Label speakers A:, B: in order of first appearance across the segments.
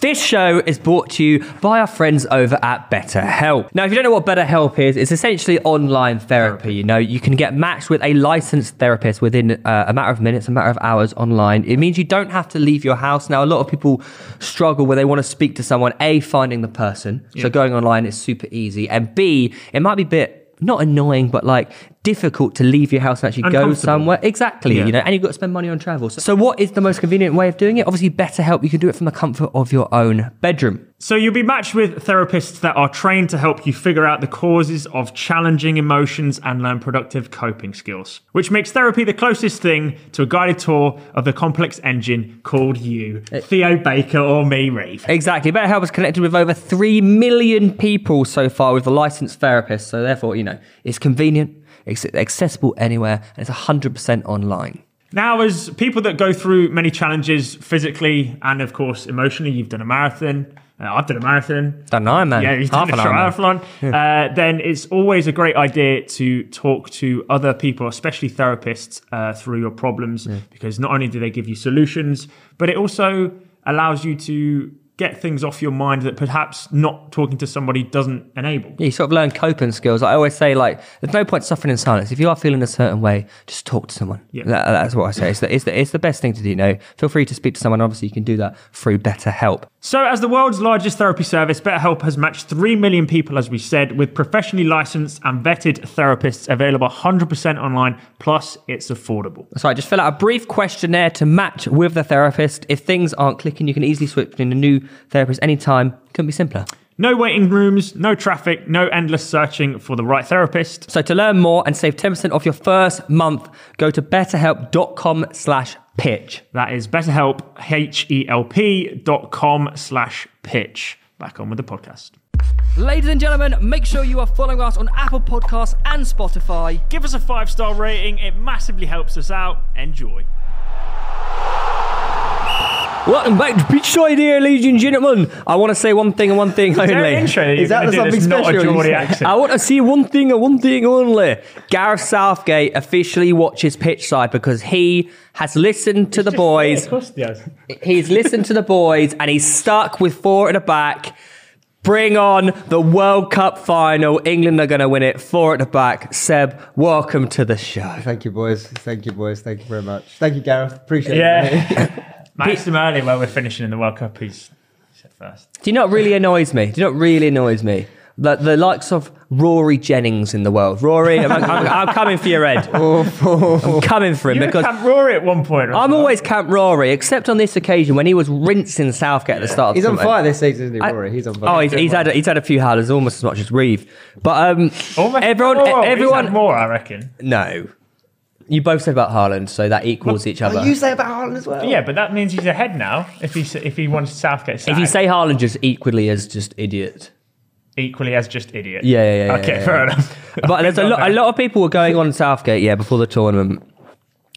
A: This show is brought to you by our friends over at BetterHelp. Now, if you don't know what BetterHelp is, it's essentially online therapy. You know, you can get matched with a licensed therapist within uh, a matter of minutes, a matter of hours online. It means you don't have to leave your house. Now, a lot of people struggle where they want to speak to someone, A, finding the person. So going online is super easy. And B, it might be a bit not annoying, but like difficult to leave your house and actually go
B: Uncomfortable.
A: somewhere. Exactly,
B: Yeah.
A: you know, and you've got to spend money on travel. So, so what is the most convenient way of doing it? Obviously, BetterHelp. You can do it from the comfort of your own bedroom.
B: So you'll be matched with therapists that are trained to help you figure out the causes of challenging emotions and learn productive coping skills, which makes therapy the closest thing to a guided tour of the complex engine called you, Theo Baker or me, Reeve.
A: Exactly. BetterHelp is connected with over 3 million people so far with a licensed therapist. So, therefore, you know, it's convenient, it's accessible anywhere, and it's 100% online.
B: Now, as people that go through many challenges physically and, of course, emotionally, you've done a marathon. Uh, I've done a marathon.
A: Done an Ironman.
B: Yeah, you've
A: Half
B: done a
A: an Ironman.
B: triathlon. Uh, then it's always a great idea to talk to other people, especially therapists, uh, through your problems because not only do they give you solutions, but it also allows you to get things off your mind that perhaps not talking to somebody doesn't enable.
A: Yeah, you sort of learn coping skills. I always say, like, there's no point suffering in silence. If you are feeling a certain way, just talk to someone.
B: Yeah.
A: That- that's what I say. It's the, it's, the, it's the best thing to do, you know. Feel free to speak to someone. Obviously, you can do that through BetterHelp.
B: So, as the world's largest therapy service, BetterHelp has matched 3 million people, as we said, with professionally licensed and vetted therapists available 100% online. Plus, it's affordable.
A: That's right. Just fill out a brief questionnaire to match with the therapist. If things aren't clicking, you can easily switch between a new therapist anytime. Couldn't be simpler.
B: No waiting rooms, no traffic, no endless searching for the right therapist.
A: So to learn more and save 10% off your first month, go to betterhelp.com slash pitch.
B: That is BetterHelp, H-E-L-P dot com slash pitch. Back on with the podcast.
A: Ladies and gentlemen, make sure you are following us on Apple Podcasts and Spotify.
B: Give us a five-star rating. It massively helps us out. Enjoy.
A: Welcome back to Pitchside here, ladies and gentlemen. I want to say one thing and one thing only.
B: there an intro that you're
A: Is that
B: gonna do
A: something
B: that's not a
A: special you
B: Geordie
A: say?
B: accent?
A: I want to see one thing and one thing only. Gareth Southgate officially watches Pitchside because he has listened to the boys. He's listened to the boys and he's stuck with four at the back. Bring on the World Cup final. England are going to win it. Four at the back. Seb, welcome to the show.
C: Thank you, boys. Thank you, boys. Thank you very much. Thank you, Gareth. Appreciate it. mate.
B: Yeah. Matched him earlier when we're finishing in the World Cup. He's said first.
A: Do you know what really annoys me? Do you know what really annoys me? The, the likes of Rory Jennings in the world. Rory, I'm, I'm- I'm coming for your head. I'm coming for him
B: You were
A: because
B: Camp Rory at one point.
A: I'm
B: wasn't you?
A: always Camp Rory, except on this occasion when he was rinsing Southgate at the start of
C: He's
A: the
C: on
A: tournament.
C: fire this season, isn't he,
A: I-
C: Rory? He's on fire.
A: Oh, he's, he's had a, he's had a few howlers, almost as much as Reeve. But um,
B: Almost
A: everyone,
B: Oh, well, he's had
A: everyone,
B: more, I reckon.
A: no. You both said about Haaland, so that equals each other.
C: Oh, you say about Haaland as well.
B: Yeah, but that means he's ahead now. If he if he wants Southgate,
A: if you say Haaland, just equally as just idiot.
B: equally as just idiot.
A: Yeah, yeah, yeah,
B: okay,
A: yeah,
B: fair
A: yeah.
B: enough.
A: But there's a
B: Not
A: lot, a
B: bad.
A: lot of people were going on Southgate, yeah, before the tournament.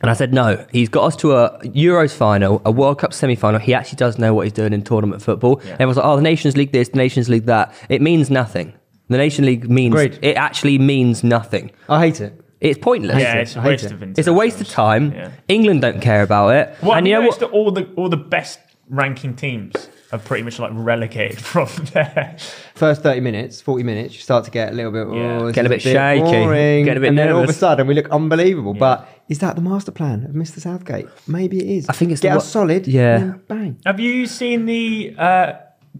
A: And I said, no, he's got us to a Euros final, a World Cup semi final. He actually does know what he's doing in tournament football.
B: Yeah.
A: Everyone's like, oh, the Nations League this, the Nations League that. It means nothing. The Nation League means,
C: Agreed.
A: it actually means nothing.
C: I hate it.
A: It's pointless.
B: Yeah, it's a
C: I hate
B: waste
C: it.
B: of
A: It's a waste of time.
B: Yeah.
A: England don't care about it.
B: Well,
A: and you know what?
B: All the all the best ranking teams are pretty much like relegated from there.
C: First 30 minutes, 40 minutes, you start to get a little bit, oh,
B: Yeah.
C: this
A: Get a
C: is
A: bit shaky.
C: Boring.
A: Get a bit
C: and then all of a
A: nervous.
C: sudden we look unbelievable. But is that the master plan of Mr. Southgate? Maybe it is.
A: I think it's
C: get
A: the
C: us
A: wa-
C: solid.
A: Yeah.
C: And then bang.
B: Have you seen the uh,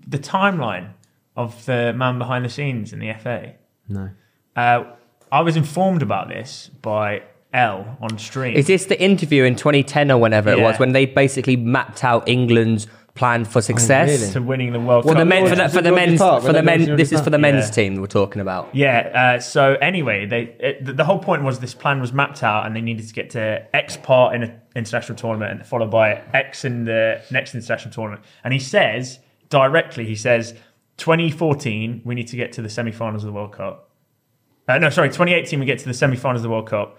B: the timeline of the man behind the scenes in the FA?
C: No.
B: Uh, I was informed about this by L on stream.
A: Is this the interview in 2010 or whenever it
B: Yeah. Oh,
A: was when they basically mapped out England's plan for success?
C: really?
B: to winning the World
A: For
B: Cup?
A: the men, for
C: George-
A: the,
C: was
A: for
C: it
A: the
C: Georgie
A: men's,
C: Park
A: for
C: when
A: the
C: they lost
A: men.
C: Georgie
A: This is for the
C: Park?
A: men's
B: Yeah.
A: team we're talking about.
B: Yeah. Uh, so anyway, they it, the- the whole point was this plan was mapped out, and they needed to get to X part in an international tournament, and followed by X in the next international tournament. And he says directly, he says, "2014, we need to get to the semi-finals of the World Cup." Uh, no, sorry, 2018, we get to the semi-finals of the World Cup.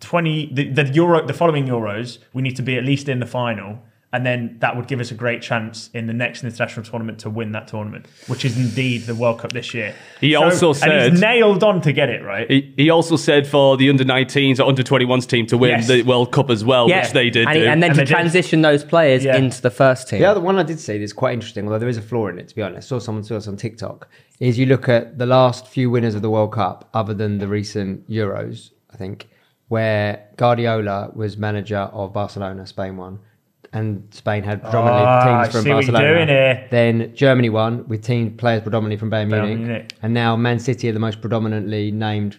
B: 20 the, the Euro, the following Euros, we need to be at least in the final. and then that would give us a great chance in the next international tournament to win that tournament, which is indeed the World Cup this year.
D: He also
B: and he's
D: said-
B: nailed on to get it right.
D: He, he also said for the under 19s or under 21s team to win
B: Yes.
D: the World Cup as well,
A: Yeah.
D: which they did.
A: And,
D: do.
A: and then
B: And
A: to
B: they did.
A: transition those players
B: Yeah.
A: into the first team.
C: The other one I did see that's quite interesting, although there is a flaw in it, to be honest. I saw someone saw this on TikTok. Is you look at the last few winners of the World Cup, other than the recent Euros, I think, where Guardiola was manager of Barcelona, Spain won, and Spain had predominantly
B: Ah, I
C: teams from
B: see what you're
C: Barcelona.
B: doing here.
C: Then Germany won with team players predominantly from Bayern Munich,
B: Munich.
C: and now Man City are the most predominantly named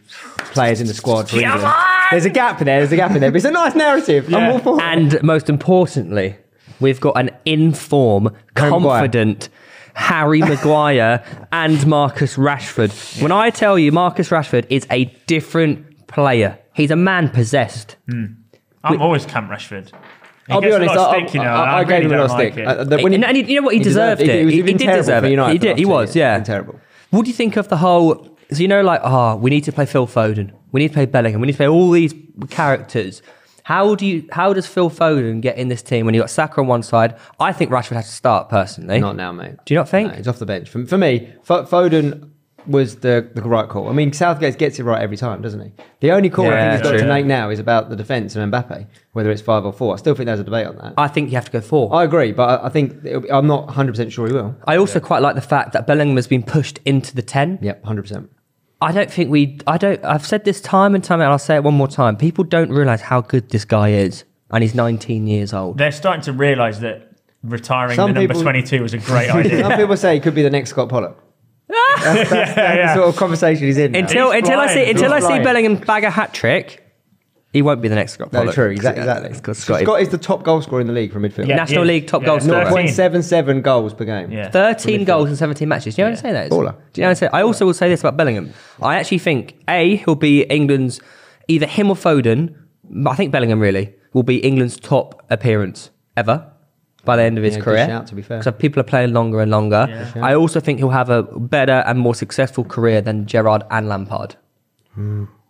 C: players in the squad for
B: Come
C: England.
B: on!
C: There's a gap in there. There's a gap in there, but it's a nice narrative. I'm
B: Yeah.
C: all for it.
A: And most importantly, we've got an inform,
C: Harry Maguire.
A: confident Harry Maguire and Marcus Rashford. When I tell you, Marcus Rashford is a different player. He's a man possessed.
B: I'm always Cam Rashford. He
C: I'll be
B: gets a
C: honest.
B: lot of
C: I,
B: stick, you know,
C: I, I,
B: and
C: I gave
B: really
C: him a lot of
B: don't like
C: stick.
B: it.
C: Uh, the- when
A: and, and you, you know what? He, deserved, it.
C: was
A: He,
C: even
A: he did
C: terrible
A: deserve
C: for
A: it.
C: United
A: he
C: for
A: did.
C: last
A: He
C: year.
A: was. Yeah.
C: Been terrible.
A: What do you think of the whole? So you know, like, oh, we need to play Phil Foden. We need to play Bellingham. We need to play all these characters. How do you? How does Phil Foden get in this team when you got Saka on one side? I think Rashford has to start personally.
C: Not now, mate.
A: Eh? Do you not think?
C: No, it's off the bench. For, for me, F- Foden was the, the right call. I mean, Southgate gets it right every time, doesn't he? The only call I
A: Yeah,
C: think he's got
A: true.
C: to make now is about the defence and Mbappe, whether it's five or four. I still think there's a debate on that. I,
A: I think you have to go four.
C: agree, but I, I think it'll be, I'm not 100% sure he will.
A: I also quite like the fact that Bellingham has been pushed into the 10.
C: Yep, 100%.
A: I don't think we, I don't, I've said this time and time and I'll say it one more time. People don't realize how good this guy is. And he's 19 years old.
B: They're starting to realise that retiring
C: Some
B: the number
C: people-
B: 22 was a great idea.
C: Some people say he could be the next Scott Pollock. that's that's, that's the sort of conversation he's in. now.
A: Until,
B: He's
A: until I see,
B: flying.
A: until I
C: He's
A: see
C: flying.
A: Bellingham bag a hat trick, he won't be the next Scott
C: no,
A: Pollock.
C: true, exactly. exactly.
A: It's got
C: Scott,
A: Scotty.
C: Scott is the top goal scorer in the league for midfield.
B: Yeah,
A: National
B: yeah.
A: League top
B: Yeah,
A: goal scorer.
B: 13.
C: 0.77 goals per game.
B: Yeah.
A: 13 goals in 17 matches. Do you know what I'm saying? That is?
C: Baller.
A: Do you know what I'm saying? I also will say this about Bellingham. I actually think, A, he'll be England's, either him or Foden, but I think Bellingham really, will be England's top appearance ever by the end of his
C: Yeah, good
A: career.
C: shout, to be fair.
A: So people are playing longer and longer. I also think he'll have a better and more successful career than Gerard and Lampard.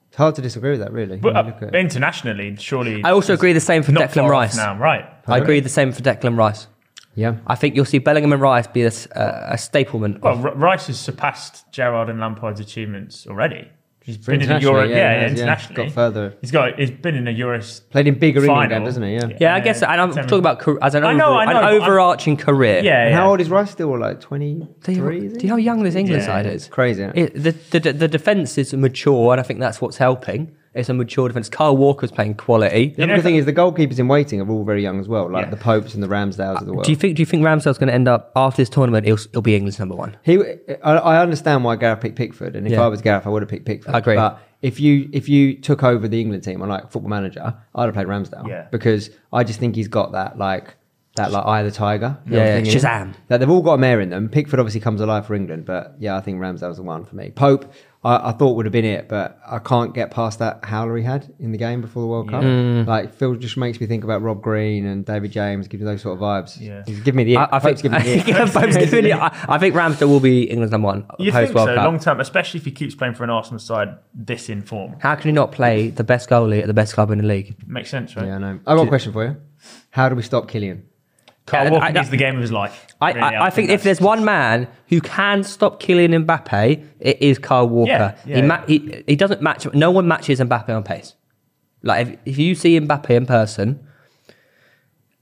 C: It's hard to disagree with that, really.
B: But,
C: when
B: uh,
C: you look at-
B: internationally, surely.
A: I also agree the same for
B: not
A: Declan
B: far off
A: Rice.
B: Now, right.
A: I agree the same for Declan Rice.
C: yeah.
A: I think you'll see Bellingham and Rice be a, s- a- a staplement.
B: Well,
A: of,
B: R- Rice has surpassed Gerard and Lampard's achievements already. He's been in a
C: internationally,
B: Euro,
C: yeah,
B: yeah,
C: he has, yeah.
B: internationally.
C: Got further.
B: He's got. He's been in a Euro.
C: Played in bigger
B: final.
C: England games, doesn't he? Yeah.
A: yeah, I guess, so. and I'm
B: Semi-
A: talking about car- as an,
B: I know,
A: overall-
B: I know,
A: an
B: but I'm-
A: overarching career.
B: Yeah.
C: And
B: yeah.
C: how old is Rice still? Like 23?
A: Do you, do you know how young this England
B: Yeah.
A: side is?
C: Crazy, isn't
A: It, the, the the defense is mature, and I think that's what's helping. It's a mature defense. Kyle Walker's playing quality.
C: The
B: know-
C: other thing is the goalkeepers in waiting are all very young as well, like
B: Yeah.
C: the Popes and the Ramsdales of the world.
A: Do you think Do you think Ramsdale's going to end up after this tournament? He'll, he'll be England's number one.
C: He, I, I understand why Gareth picked Pickford, and if
A: Yeah.
C: I was Gareth, I would have picked Pickford.
A: I agree.
C: But if you if you took over the England team on like Football Manager, I'd have played Ramsdale
B: Yeah.
C: because I just think he's got that like that like eye of the tiger. you know,
A: Yeah, yeah,
C: thing in him.
A: Shazam.
C: That they've all got a mare in them. Pickford obviously comes alive for England, but yeah, I think Ramsdale's the one for me. Pope, I, I thought would have been it, but I can't get past that howler he had in the game before the World Cup.
A: Mm.
C: Like Phil just makes me think about Rob Green and David James, gives me those sort of vibes.
B: Yeah.
C: He's giving me the.
A: I, I
C: Pope's
A: think
C: giving me the.
A: Yeah, Pope's giving it- I, I think Ramsdale will be England's number one
B: You
A: post
B: think
A: World
B: so?
A: Cup.
B: Long term, especially if he keeps playing for an Arsenal side this in form.
A: How can he not play the best goalie at the best club in the league?
B: Makes sense, right?
C: Yeah, I know. I've got a question for you. How do we stop Killian?
B: Carl
A: Yeah,
B: Walker
A: I-
B: needs the game of his life.
A: I,
B: Really,
A: I, I think if
B: that's-
A: there's one man who can stop Kylian Mbappe, it is Kyle Walker.
B: Yeah, yeah,
A: he, ma- he he doesn't match. No one matches Mbappe on pace. Like if, if you see Mbappe in person,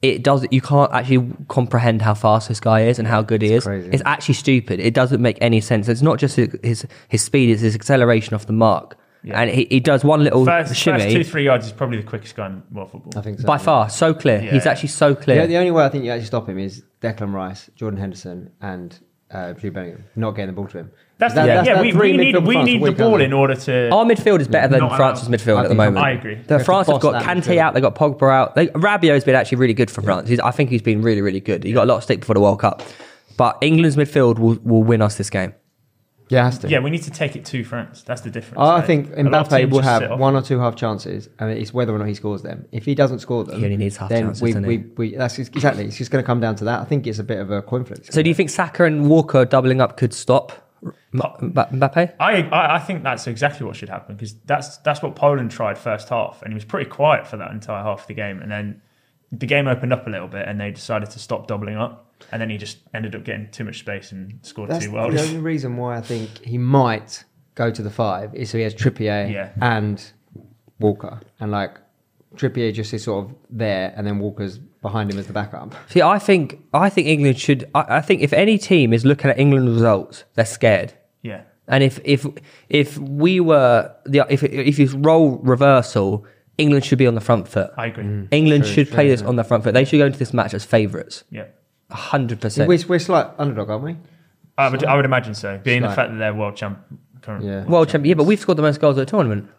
A: it does. You can't actually comprehend how fast this guy is and how good he is.
C: crazy.
A: It's actually stupid. It doesn't make any sense. It's not just his his, his speed; it's his acceleration off the mark.
B: Yeah.
A: And he, he does one little
B: first,
A: shimmy
B: first two three yards is probably the quickest guy in world football.
C: I think so.
A: by far. So clear.
B: Yeah.
A: He's actually so clear.
C: Yeah, the only way I think you actually stop him is Declan Rice, Jordan Henderson, and uh, Jude Bellingham not getting the ball to him.
B: That's
C: That-
B: the,
C: that's-
B: yeah.
C: that's
B: we,
C: three
B: we need
C: midfield
B: we
C: fronts a
B: need the
C: week,
B: ball
C: aren't
B: in
C: they?
B: order to.
C: Oh.
A: Our midfield is better than
B: Not
A: France's
B: allowed.
A: midfield
C: I
A: at the
C: think-
A: moment.
B: I agree.
A: The
C: have to
A: France have
C: boss
A: got
C: that
A: Kante
C: midfield.
A: out. They got Pogba out. They, Rabiot's been actually really good for France. He's, I think he's been really, really good. He got a lot of stick before the World Cup, but England's midfield will, will win us this game.
C: Yeah, it has to.
B: Yeah, we need to take it to France. That's the difference.
C: I
B: right?
C: think
B: A lot of
C: Mbappe
B: teams
C: will
B: just sit
C: have
B: off.
C: one or two half chances, and it's whether or not he scores them. If he doesn't score them,
A: He only needs half
C: then
A: chances,
C: We,
A: doesn't
C: we,
A: he?
C: we, that's just- exactly. It's just going to come down to that. I think it's a bit of a coin flip.
A: So, do you think Saka and Walker doubling up could stop M- M- Mbappe?
B: I, I I think that's exactly what should happen because that's that's what Poland tried first half and he was pretty quiet for that entire half of the game and then the game opened up a little bit and they decided to stop doubling up. And then he just ended up getting too much space and scored
C: That's
B: two
C: the
B: worldies.
C: only reason why I think he might go to the five is so he has Trippier
B: Yeah.
C: and Walker, and like Trippier just is sort of there, and then Walker's behind him as the backup.
A: See, I think I think England should. I, I think if any team is looking at England results, they're scared.
B: Yeah.
A: And if if if we were the if if it's role reversal, England should be on the front foot.
B: I agree.
A: England should play
C: true,
A: this on the front foot. They should go into this match as favourites,
B: Yeah.
A: hundred
C: We're,
A: percent.
C: we're slight underdog, aren't we?
B: I would, I would imagine so. Being the
C: Slight.
B: fact that they're world champ current.
C: Yeah.
A: World champion, yeah, but we've scored the most goals at the tournament.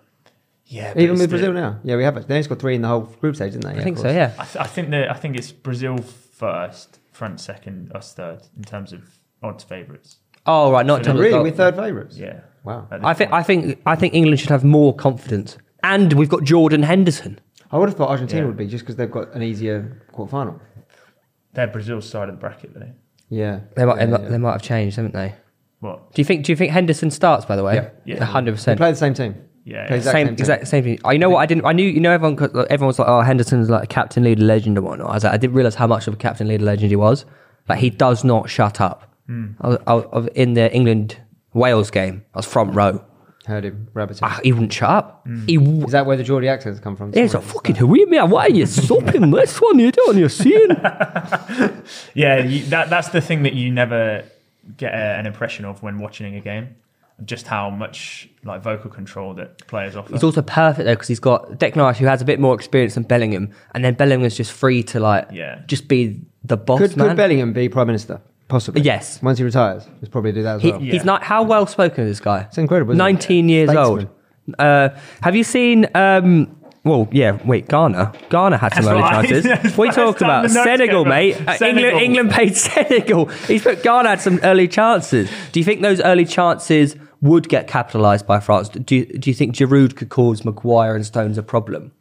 B: Yeah. but
C: Even
B: it's
C: with Brazil
B: the-
C: now, yeah, we have. They only scored three in the whole group stage, didn't they?
A: I think so.
C: of course.
A: Yeah,
B: I, th- I think that I think it's Brazil first, France second, us third in terms of odds favourites.
A: Oh right, not in
B: So
A: terms of
C: Really,
A: goal-
C: we're third favourites.
B: Yeah.
C: Wow.
B: At this
A: I think
B: point.
A: I think I think England should have more confidence, and we've got Jordan Henderson.
C: I would have thought Argentina
B: Yeah.
C: would be just because they've got an easier quarter final.
B: they're Brazil's side of the bracket though.
C: Yeah.
A: They might
C: yeah,
A: they might-
C: yeah.
A: they might have changed, haven't they?
B: What?
A: Do you think Do you think Henderson starts? By the way,
B: Yeah. Yeah.
A: hundred
C: They
A: percent.
C: play the same team.
B: Yeah,
C: Play
B: yeah.
C: the
A: same,
C: team.
A: exact same thing. Oh, you know what? I didn't. I knew. You know, everyone. co- like, Everyone was like, "Oh, Henderson's like a captain, leader, legend, and whatnot." I was like, I didn't realize how much of a captain, leader, legend he was. Like, he does not shut up. I, was, I was in the England Wales game. I was front row.
C: Heard him. Rabbit.
A: Ah, he wouldn't shut up. He. W-
C: Is that where the Geordie accents come from?
A: He's a fucking who you man? Why are you sopping this one? You doing? You're seeing?
B: Yeah, you, that that's the thing that you never get a, an impression of when watching a game, just how much like vocal control that players offer.
A: He's also perfect though because he's got Declan Rice, who has a bit more experience than Bellingham, and then Bellingham's just free to like,
B: Yeah.
A: just be the boss
C: Could,
A: man.
C: could Bellingham be prime minister? Possibly.
A: Yes.
C: Once he retires, he'll probably do that as
A: He,
C: well.
A: He's not. How well spoken is this guy? It's
C: incredible, isn't it?
A: Nineteen years
C: Statesman.
A: old. Uh, have you seen? Um, well, yeah. Wait, Ghana. Ghana had some
B: That's
A: early
B: what I-
A: chances.
B: that's
A: What are you
B: what I was
A: talking about?
B: starting to notice,
A: Senegal,
B: Gabriel.
A: mate. Uh, England,
B: Senegal.
A: England played Senegal. He's put Ghana had some early chances. Do you think those early chances would get capitalised by France? Do you, Do you think Giroud could cause Maguire and Stones a problem?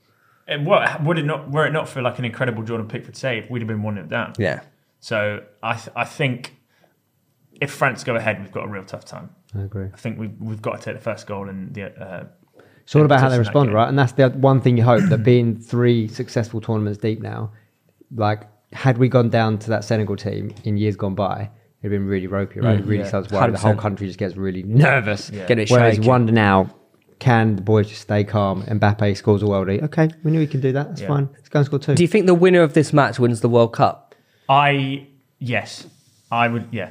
B: And what would it not were it not for like an incredible Jordan Pickford save, we'd have been one 0 down.
A: Yeah.
B: So I th- I think if France go ahead, we've got a real tough time.
C: I agree.
B: I think we've we've got to take the first goal and the. Uh,
C: It's all about how they
B: Touchdown
C: respond,
B: game.
C: right? And that's the one thing you hope that being three successful tournaments deep now, like had we gone down to that Senegal team in years gone by, it'd been really ropey, right? it really
B: yeah.
C: sounds worried. The whole
A: 100%.
C: country just gets really nervous.
B: Yeah.
A: Get it
C: Whereas
A: shaking.
C: wonder now, can the boys just stay calm? Mbappe scores a worldie. Okay, we knew he can do that. That's
B: Yeah.
C: fine. Let's go and score two.
A: Do you think the winner of this match wins the World Cup?
B: I yes, I would yeah.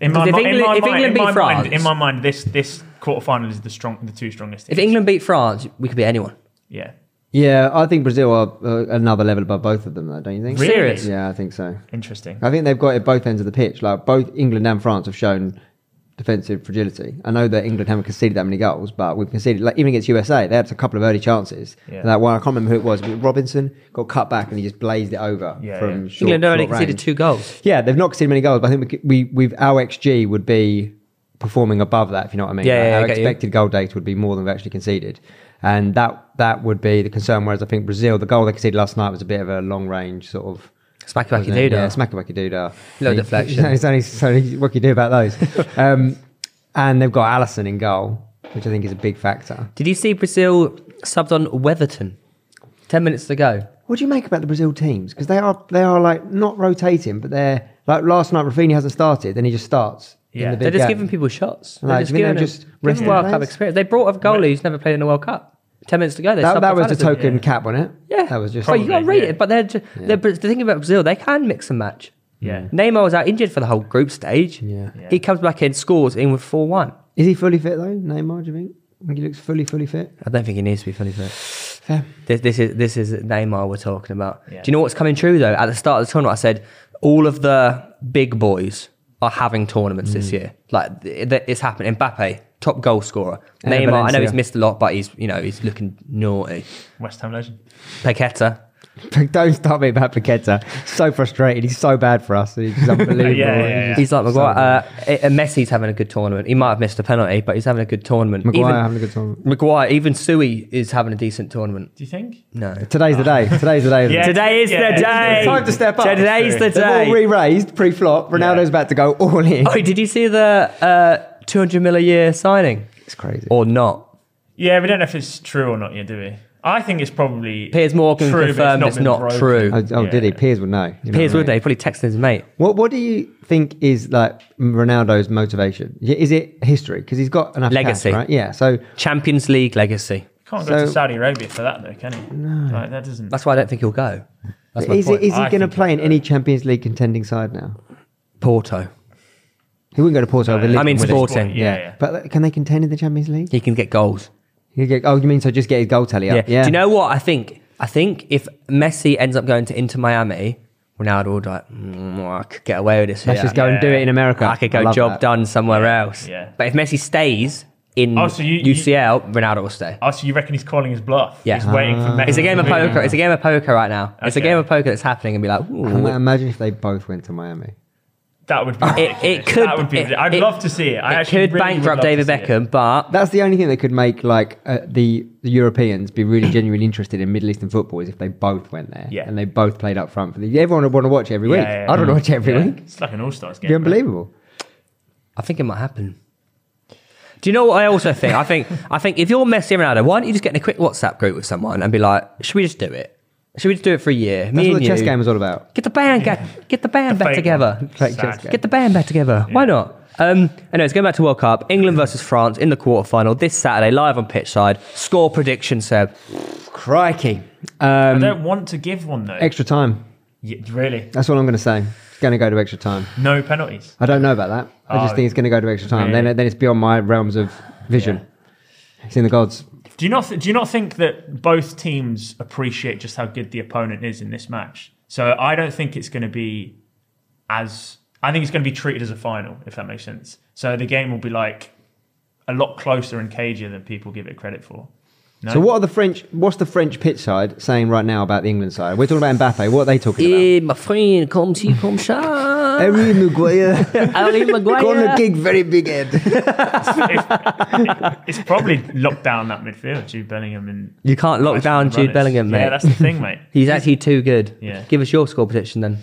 B: In
A: Because if
B: mi- in
A: England- if
B: mind-
A: England
B: in
A: beat
B: my
A: France-
B: mind, in my mind, this this quarterfinal is the strong, the two strongest.
A: If
B: teams.
A: England beat France, we could beat anyone.
B: yeah,
C: yeah, I think Brazil are uh, another level above both of them, though, don't you think?
B: Really?
A: Serious?
C: Yeah, I think so.
B: interesting.
A: Hmm.
C: I think they've got it both ends of the pitch. Like both England and France have shown defensive fragility. I know that England haven't conceded that many goals, but we've conceded like even against USA, they had a couple of early chances.
B: Yeah.
C: And that one I can't remember who it was, but Robinson got cut back and he just blazed it over
B: Yeah,
C: from
B: yeah.
C: short,
A: England only
C: short
A: conceded
C: range.
A: two goals.
C: Yeah, they've not conceded many goals, but I think we, could- we we've our XG would be performing above that if you know what I mean.
A: Yeah, yeah, I
C: our
A: get you.
C: expected goal data would be more than we've actually conceded, and that that would be the concern. Whereas I think Brazil, the goal they conceded last night was a bit of a long range sort of
A: Smacky wacky
C: wasn't it?
A: doo-dah.
C: Yeah, smacky wacky doodah.
A: Little deflection.
C: It's only, it's only what can you do about those. um, and they've got Allison in goal, which I think is a big factor.
A: Did you see Brazil subbed on Weatherton? Ten minutes to go.
C: What do you make about the Brazil teams? Because they are they are like not rotating, but they're like last night Rafinha hasn't started, then he just starts.
B: Yeah.
C: in the
A: They're
C: big
A: just
C: game.
A: giving people shots. They're
C: Like,
A: just
C: do you
A: giving them
C: think they're just
A: giving
C: resting
A: them World
C: players?
A: Cup experience. They brought a goalie who's never played in the World Cup. Ten minutes to go. They
C: That,
A: subbed
C: that was
A: Fernandes
C: the
A: in.
C: token cap, wasn't it?
A: Yeah,
C: that was just.
A: But you got to
B: Probably,
A: rate
B: yeah.
A: it. But they're, ju- they're but the thing about Brazil, they can mix and match.
B: Yeah.
A: Neymar was out injured for the whole group stage.
C: Yeah.
B: Yeah.
A: He comes back in, scores in with four one.
C: Is he fully fit though, Neymar? Do you think? I think he looks fully, fully fit.
A: I don't think he needs to be fully fit.
C: Fair.
A: This, this is this is Neymar we're talking about.
B: Yeah.
A: Do you know what's coming true though? At the start of the tournament, I said all of the big boys are having tournaments
C: Mm.
A: this year. Like th- th- it's happening. Mbappe, top goal scorer.
C: And
A: Neymar, I know
C: Valencia.
A: he's missed a lot, but he's you know he's looking naughty.
B: West Ham legend.
A: Paqueta,
C: Don't start me about Paqueta. So frustrated. He's so bad for us. He's unbelievable.
B: Yeah, yeah, yeah.
A: he's like Maguire. Uh, uh, Messi's having a good tournament. He might have missed a penalty, but he's having a good tournament.
C: Maguire
A: even,
C: having a good tournament.
A: Maguire, even Sui is having a decent tournament.
B: Do you think?
A: No.
C: Today's the day. Today's the day. isn't it?
B: Yeah.
A: Today is
B: Yeah,
A: the
B: it's
A: day.
B: true.
C: Time to step up.
A: Today's the
B: It's
C: They've all
A: day.
C: re-raised pre-flop. Ronaldo's
B: Yeah.
C: about to go all in.
A: Oh, did you see the uh, 200 mil a year signing
C: It's crazy.
A: or not?
B: Yeah, we don't know if it's true or not yet, do we? I think it's probably
A: Piers Morgan
B: true, but
A: confirmed it's
B: been
A: not
B: broken.
A: true.
C: Oh, oh, did he?
B: Yeah.
C: Piers would know. You know
A: Piers
C: what I
A: would
C: mean?
A: they probably texted his mate.
C: What What do you think is like Ronaldo's motivation? Y- Is it history? Because he's got enough cash,
A: Legacy.
C: right? Yeah. So
A: Champions League legacy.
B: Can't go to
C: So-
B: Saudi Arabia for that though, can he? No, like, that doesn't.
A: That's why I don't think he'll go. That's my
C: is, it,
A: point.
C: is he
B: I
C: going to
B: think
C: play in any Champions League contending side now?
A: Porto.
C: He wouldn't go to Porto. over
A: I mean,
C: Liverpool, would he?
A: Sporting.
B: Yeah, yeah.
C: But like, can they contend in the Champions League?
A: He can get goals.
C: You get- oh, you mean so just get his goal tally
A: Yeah.
C: up? Yeah.
A: Do you know what I think? I think if Messi ends up going to Inter Miami, Ronaldo would like, mm, I could get away with this.
C: Let's
A: here.
C: just go and do
B: Yeah.
C: it in America.
A: I could
C: I
A: go
C: love
A: job
C: that.
A: done somewhere else.
B: yeah.
A: But if Messi stays in
B: Oh, so you- you-
A: UCL, Ronaldo will stay.
B: Oh, so you reckon he's calling his bluff?
A: Yeah.
B: He's waiting
C: Uh,
B: for Messi.
A: It's a game of
B: to win.
A: poker. It's a game of poker right now. It's a
B: Mm-hmm. Okay.
A: game of poker that's happening and be like, ooh.
C: Ima- Imagine if they both went to Miami.
B: That would be. Ridiculous.
A: it could-
B: That would be.
A: it-
B: ridiculous. I'd
A: it-
B: love to see it. I
A: it
B: actually
A: could
B: really would
A: bankrupt
B: love to
A: David
B: see it.
A: Beckham, but
C: That's the only thing that could make like uh, the, the Europeans be really genuinely interested in Middle Eastern football is if they both went there
B: Yeah.
C: and they both played up front for the. Everyone would want to watch every week.
B: Yeah, yeah,
C: I'd want to
B: yeah.
C: watch every
B: Yeah.
C: week.
B: It's like an All Stars game.
C: It'd be
B: right?
C: unbelievable.
A: I think it might happen. Do you know what I also think? I think I think if you're Messi and Ronaldo, why don't you just get in a quick WhatsApp group with someone and be like, should we just do it? Should we just do it for a year?
C: That's
A: Me
C: what
A: and
C: the chess
A: you.
C: game is all about.
A: Get the band, get, get the band
B: The
A: back
B: fake
A: together.
B: one.
C: Fake
B: Sad.
C: chess game.
A: Get the band back together. Why not? Um, anyways, going back to World Cup, England versus France in the quarterfinal this Saturday, live on pitchside. Score prediction, Seb.
C: Crikey.
B: I
C: Um,
B: don't want to give one though.
C: extra time.
B: Yeah, really?
C: That's what I'm going to say. It's going to go to extra time.
B: No penalties.
C: I don't know about that. I just
B: Oh,
C: think it's going to go to extra time.
B: really?
C: Then, then it's beyond my realms of vision. It's in the gods.
B: Do you not? Th- do you not think that both teams appreciate just how good the opponent is in this match? So I don't think it's going to be as. I think it's going to be treated as a final, if that makes sense. So the game will be like a lot closer and cagier than people give it credit for.
C: So what are the French? What's the French pitch side saying right now about the England side? We're talking about Mbappe. What are they talking about?
A: Eh, my friend, come to come shine.
C: Harry Maguire.
A: Harry Maguire.
C: Corner kick, very big head.
B: It's probably locked down that midfield, Jude Bellingham and
A: You can't lock down Jude Bellingham, mate.
B: Yeah, that's the thing, mate.
A: He's actually too good.
B: Yeah.
A: Give us your score prediction then.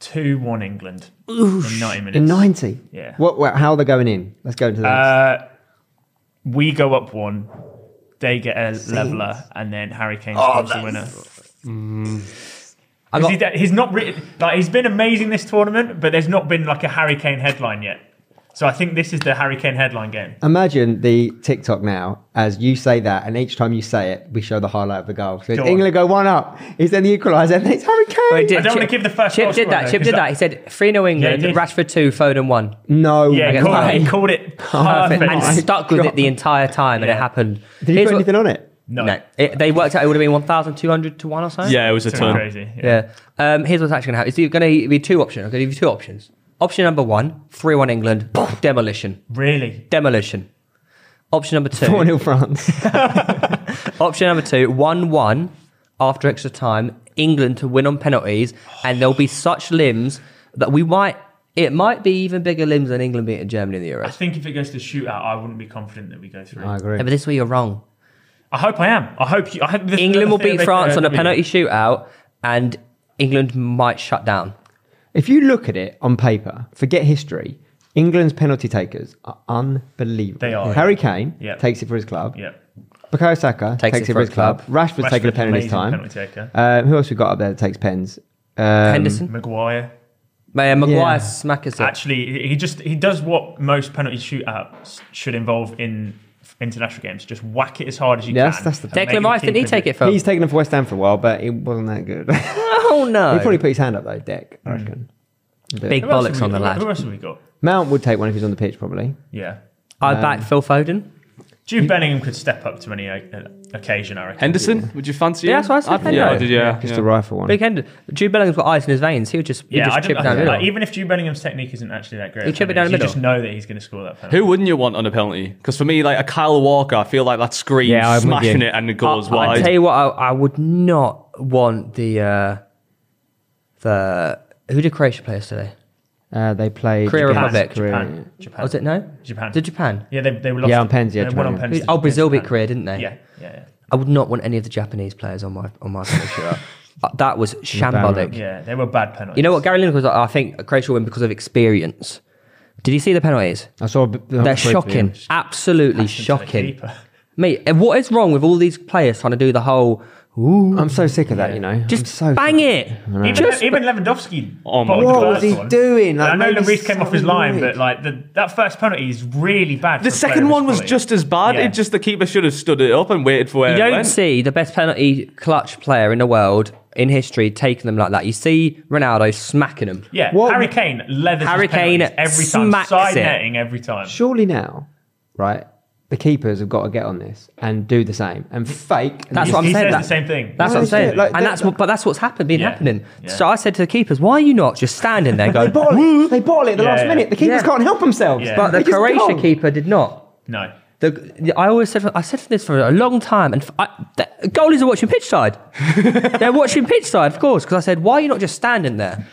B: Two one England in ninety minutes.
C: In ninety.
B: Yeah.
C: What, what? How are they going in? Let's go into that.
B: Uh, we go up one, they get a leveler, and then Harry
A: Oh,
B: Kane scores the winner.
A: I
B: 'Cause
A: got-
B: he- that- he's not written, like he's been amazing this tournament, but there's not been like a Harry Kane headline yet. So I think this is the Harry Kane headline game.
C: Imagine the TikTok now as you say that, and each time you say it, we show the highlight of the goal. So it's
B: Go on.
C: England go one up. He's then the equaliser, and it's Harry Kane.
A: Well, he did.
B: I don't wanna
A: Chip-
B: give the first
A: Chip
B: goal
A: did
B: scorer,
A: that.
B: though,
A: Chip
B: 'cause
A: did
B: that-
A: that. He said 3 0 England,
B: Yeah, he did.
A: Rashford 2, Foden 1.
C: No.
B: Yeah, he
A: guess
B: called,
A: mine.
B: it, he called it perfect.
A: Perfect. And
C: my
A: stuck with it the entire time, and it
B: Yeah.
A: happened.
C: Did you
A: Here's
C: put
A: what-
C: anything on it?
B: No,
A: No. It- they worked out it would have been 1,200 to 1 or something.
D: Yeah, it was a
B: it's gonna be
D: ton.
B: crazy. Yeah.
A: Yeah. Um, here's what's actually going to happen. It's going to be two options. I'm going to give you two options. Option number one 3 1 England, demolition.
B: Really?
A: Demolition. Option number two.
C: 4 0 France.
A: Option number two, 1 1 after extra time, England to win on penalties, and there'll be such limbs that we might, it might be even bigger limbs than England beating Germany in the
B: I
A: Euros.
B: think if it goes to shootout, I wouldn't be confident that we go through.
C: I
B: I,
C: agree.
A: Yeah, but this way you're wrong.
B: hope I am. I hope you. I hope this is
A: England
B: another
A: will
B: thing
A: beat
B: that they-
A: France
B: uh,
A: on a
B: we-
A: penalty shootout, and England might shut down.
C: If you look at it on paper, forget history. England's penalty takers are unbelievable.
B: They are.
C: Harry Kane
B: Yeah.
C: takes it for his club.
B: Yeah.
C: Bukayo Saka takes, it for his club. Rashford's taking a
B: Rashford,
C: pen in his
B: amazing
C: time.
B: penalty taker.
C: Uh, who else we got up there that takes pens? Um,
A: Henderson,
B: Maguire.
A: Maguire Maguire
C: yeah.
A: smackers it.
B: Actually, he- he just he does what most penalty shootouts should involve in f- international games. Just whack it as hard as you
C: Yes,
B: can.
C: that's the-
B: and make
A: Declan
B: your
A: Rice didn't he
B: keeper
A: take
B: do-
A: it for?
C: He's taken them for West Ham for a while, but it wasn't that good. he
A: oh no!
C: probably put his hand up though, Deck. I reckon.
A: Big
B: Who else
A: bollocks
B: have
A: on
B: we
A: the
B: got?
A: lad.
B: Who else have we got?
C: Mount would take one if he's on the pitch, probably.
B: Yeah,
A: I back Phil Foden.
B: Jude Bellingham could step up to any uh, uh, occasion. I reckon.
D: Henderson, would you fancy?
A: Yeah,
D: him?
A: that's what I said,
D: I'd- Yeah,
A: Hendo.
D: I did. Yeah,
C: Just
D: yeah.
C: a rifle one.
A: Big handed. Jude Bellingham's got ice in his veins. He'll just, he'll
B: yeah, I
A: just chip down
B: don't, I
A: the
B: don't,
A: middle.
B: like, even if Jude Bellingham's technique isn't actually that great,
A: He'll chip it down
B: you
A: the middle.
B: just know that he's going to score that penalty.
D: Who wouldn't you want on a penalty? Because for me, like a Kyle Walker, I feel like that screen
C: Yeah, I'm with
D: smashing
C: you.
D: it and it goes
A: I,
D: wide.
A: I tell you what, I, I would not want the uh, the who did Croatia play yesterday?
C: Uh, they played
A: Korea
C: Japan.
A: Republic.
C: Korea,
B: Japan. Japan.
A: Was it no?
B: Japan.
A: Did Japan?
B: Yeah, they they were lost.
C: Yeah, on pens, yeah,
B: they won on
C: Japan,
B: pens.
A: Oh,
B: against
A: Brazil beat
B: Japan.
A: Korea, didn't they?
B: Yeah, yeah,
A: I would not want any of the Japanese players on my on my penalty shootout. Uh, That was
B: yeah.
A: shambolic.
B: Yeah, they were bad penalties.
A: You know what? Gary Lineker was like, I think Croatia will win because of experience. Did you see the penalties?
C: yeah. I saw. a bit-
A: They're shocking. Absolutely
B: Into the
A: shocking.
B: keeper.
A: Mate, and what is wrong with all these players trying to do the whole? Ooh,
C: I'm so sick of that, you know. I'm
A: just
C: so
A: bang it.
B: Even,
A: Just-
B: even Lewandowski.
D: Oh my
B: bottled the
D: God.
C: What
B: first
C: was he
B: one.
C: doing? Like,
B: I know
C: made me
B: Lloris came
C: so
B: off his line,
C: annoyed.
B: but like the, that first penalty is really bad.
D: The second one was just as bad.
B: Yeah.
D: It just the keeper should have stood it up and waited for where
A: You
D: it
A: don't
D: went.
A: see the best penalty clutch player in the world in history taking them like that. You see Ronaldo smacking them.
B: yeah.
C: What-
B: Harry Kane leathers
A: Harry
B: his penalties
A: Kane
B: every time,
A: smacks
B: side
A: it.
B: netting every time.
C: Surely now, right? The keepers have got to get on this and do the same and fake. and
A: That's
B: He-
A: what I'm
B: he
A: saying.
B: says
A: that-
B: the same thing.
A: That's
C: No,
A: what I'm
C: it's
A: saying.
C: it, like,
A: and
C: that-
A: that's what, but that's what's happened, been
B: Yeah,
A: happening.
B: yeah.
A: So I said to the keepers, "Why are you not just standing there
C: They
A: going?"
C: bottle it. They bottle it at the
B: Yeah,
C: last
B: yeah.
C: minute. The keepers
A: Yeah.
C: can't help themselves.
B: Yeah.
A: but the
C: They just
A: Croatia
C: can't.
A: keeper did not.
B: no.
A: The, I always said I said this for a long time, and I, the goalies are watching pitch side. They're watching pitch side, of course, because I said, "Why are you not just standing there?"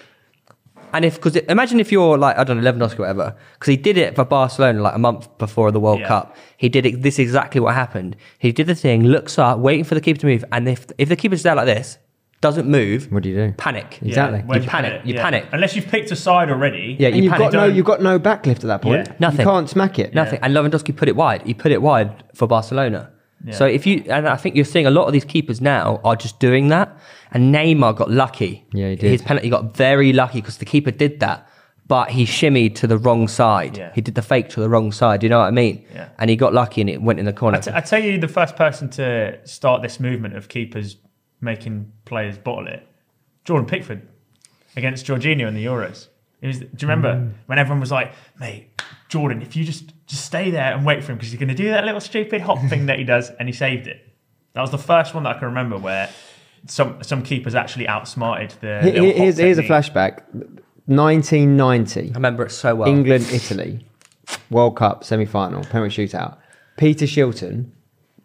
A: And if because imagine if you're like I don't know Lewandowski or whatever, because he did it for Barcelona like a month before the World
B: Yeah.
A: Cup. He did it. This is exactly what happened. He did the thing, looks up, waiting for the keeper to move, and if if the keeper's there like this, doesn't move,
C: What do you do?
A: panic.
C: Yeah. Exactly.
B: when
A: You panic, you
B: yeah.
A: panic.
B: Unless you've picked a side already.
A: Yeah,
C: And
A: you
C: you've
A: panic.
C: got no,
B: Don't-
C: you've got no backlift at that point.
B: Yeah.
A: Nothing.
C: You can't smack it.
A: Nothing. And Lewandowski put it wide. He put it wide for Barcelona.
B: Yeah.
A: So if you and I think you're seeing a lot of these keepers now are just doing that. And Neymar got lucky.
C: Yeah, he did.
A: His penalty got very lucky because the keeper did that, but he shimmied to the wrong side.
B: Yeah.
A: He did the fake to the wrong side. You know what I mean?
B: Yeah.
A: And he got lucky and it went in the corner.
B: I, t- I tell you, the first person to start this movement of keepers making players bottle it, Jordan Pickford against Jorginho in the Euros. It was, do you remember
C: Mm.
B: when everyone was like, mate, Jordan, if you just, just stay there and wait for him because he's going to do that little stupid hop thing that he does, and he saved it. That was the first one that I can remember where some some keepers actually outsmarted the.
C: Here-
B: little
C: here-
B: hop
C: here's, here's a
B: technique.
C: flashback. 1990,
A: I remember it so
B: Oh.
A: well.
C: England, Italy, World Cup semi-final, penalty shootout. Peter Shilton.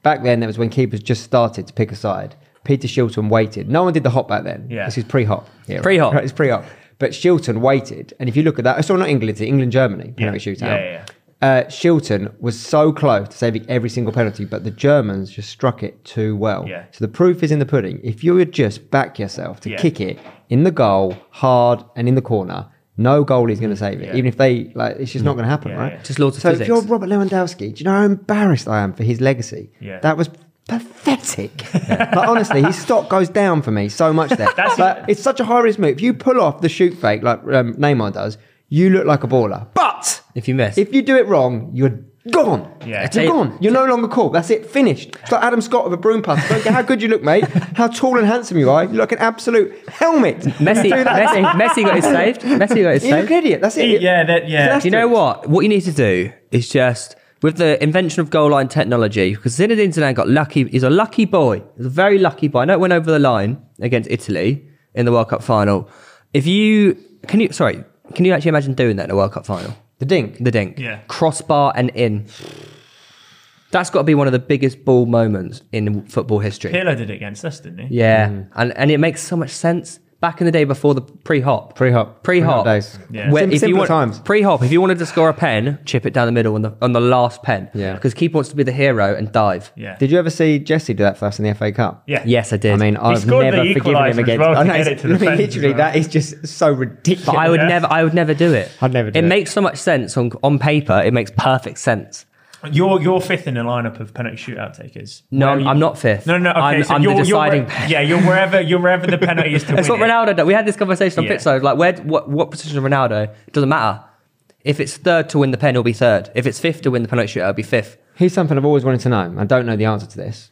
C: Back then, that was when keepers just started to pick a side. Peter Shilton waited. No one did the hop back then.
B: Yeah.
C: This is pre-hop. Yeah, right.
A: Pre-hop.
C: Right, it's pre-hop. But Shilton waited, and if you look at that, sorry, not England, it's England, Germany penalty
B: Yeah.
C: shootout.
B: Yeah, yeah,
C: Uh, Shilton was so close to saving every single penalty, but the Germans just struck it too well.
B: Yeah.
C: So the proof is in the pudding. If you would just back yourself to
B: Yeah.
C: kick it in the goal, hard and in the corner, no goalie is going to save it.
B: Yeah.
C: Even if they like, it's just not going to happen,
B: Yeah,
C: right?
B: yeah.
A: Just loads of
C: so
A: physics.
C: if you're Robert Lewandowski, do you know how embarrassed I am for his legacy?
B: Yeah.
C: That was pathetic. Like honestly, his stock goes down for me so much there.
B: That's-
C: But it's such a high risk move. If you pull off the shoot fake like um, Neymar does, you look like a baller. But
A: if you miss.
C: if you do it wrong, you're gone.
B: Yeah.
C: You're gone. You're no longer cool. That's it. Finished. It's like Adam Scott with a broom pass. Don't care how good you look, mate. How tall and handsome you are. You look an absolute helmet.
A: Messi,
C: Do that.
A: Messi, Messi got it saved. Messi got it
C: You look
A: saved.
C: an idiot. That's it.
B: Yeah, that- yeah.
C: That's
A: Do you know what? What you need to do is just with the invention of goal line technology, because Zinedine Zidane got lucky. He's a lucky boy. He's a very lucky boy. I know it went over the line against Italy in the World Cup final. If you can you sorry, can you actually imagine doing that in a World Cup final?
C: The dink.
A: The dink,
B: Yeah.
A: crossbar and in. That's got to be one of the biggest ball moments in football history.
B: Pirlo did it against us, didn't he?
A: Yeah,
C: Hmm.
A: and and it makes so much sense. Back in the day before the pre-hop,
C: Pre-hop.
A: pre-hop,
C: Pre-hop days.
B: Yeah.
A: where
C: Sim-
A: if you
C: simpler
A: want,
C: times.
A: pre-hop, if you wanted to score a pen, chip it down the middle on the on the last pen.
C: Yeah.
A: because keeper wants to be the hero and dive.
B: Yeah.
C: Did you ever see Jesse do that for us in the FA Cup?
B: Yeah.
A: Yes, I did.
C: I mean, I've
B: scored the
C: never forgiven
B: equaliser as
C: him again.
B: well to
C: I know,
B: get it
C: it's-
B: to the
C: I mean,
B: fans as
C: literally,
B: well.
C: that is just so ridiculous.
A: but I would
B: Yeah.
A: never, I would never do it.
C: I'd never do
A: It
C: it.
A: makes so much sense on on paper. It makes perfect sense.
B: You're you're fifth in the lineup of penalty shootout takers.
A: No,
B: Where
A: I'm-
B: you-
A: I'm not fifth.
B: No, no, okay.
A: I'm-
B: so
A: I'm the
B: you're,
A: deciding
B: You're,
A: pen.
B: where- yeah, you're wherever you're wherever the penalty is to
A: That's what
B: win. it.
A: Ronaldo. did. We had this conversation on
B: Yeah.
A: pitch side. Like, where, what, what position of Ronaldo? It doesn't matter. If it's third to win the pen, it'll be third. If it's fifth to win the penalty shootout, it'll be fifth.
C: Here's something I've always wanted to know. I don't know the answer to this.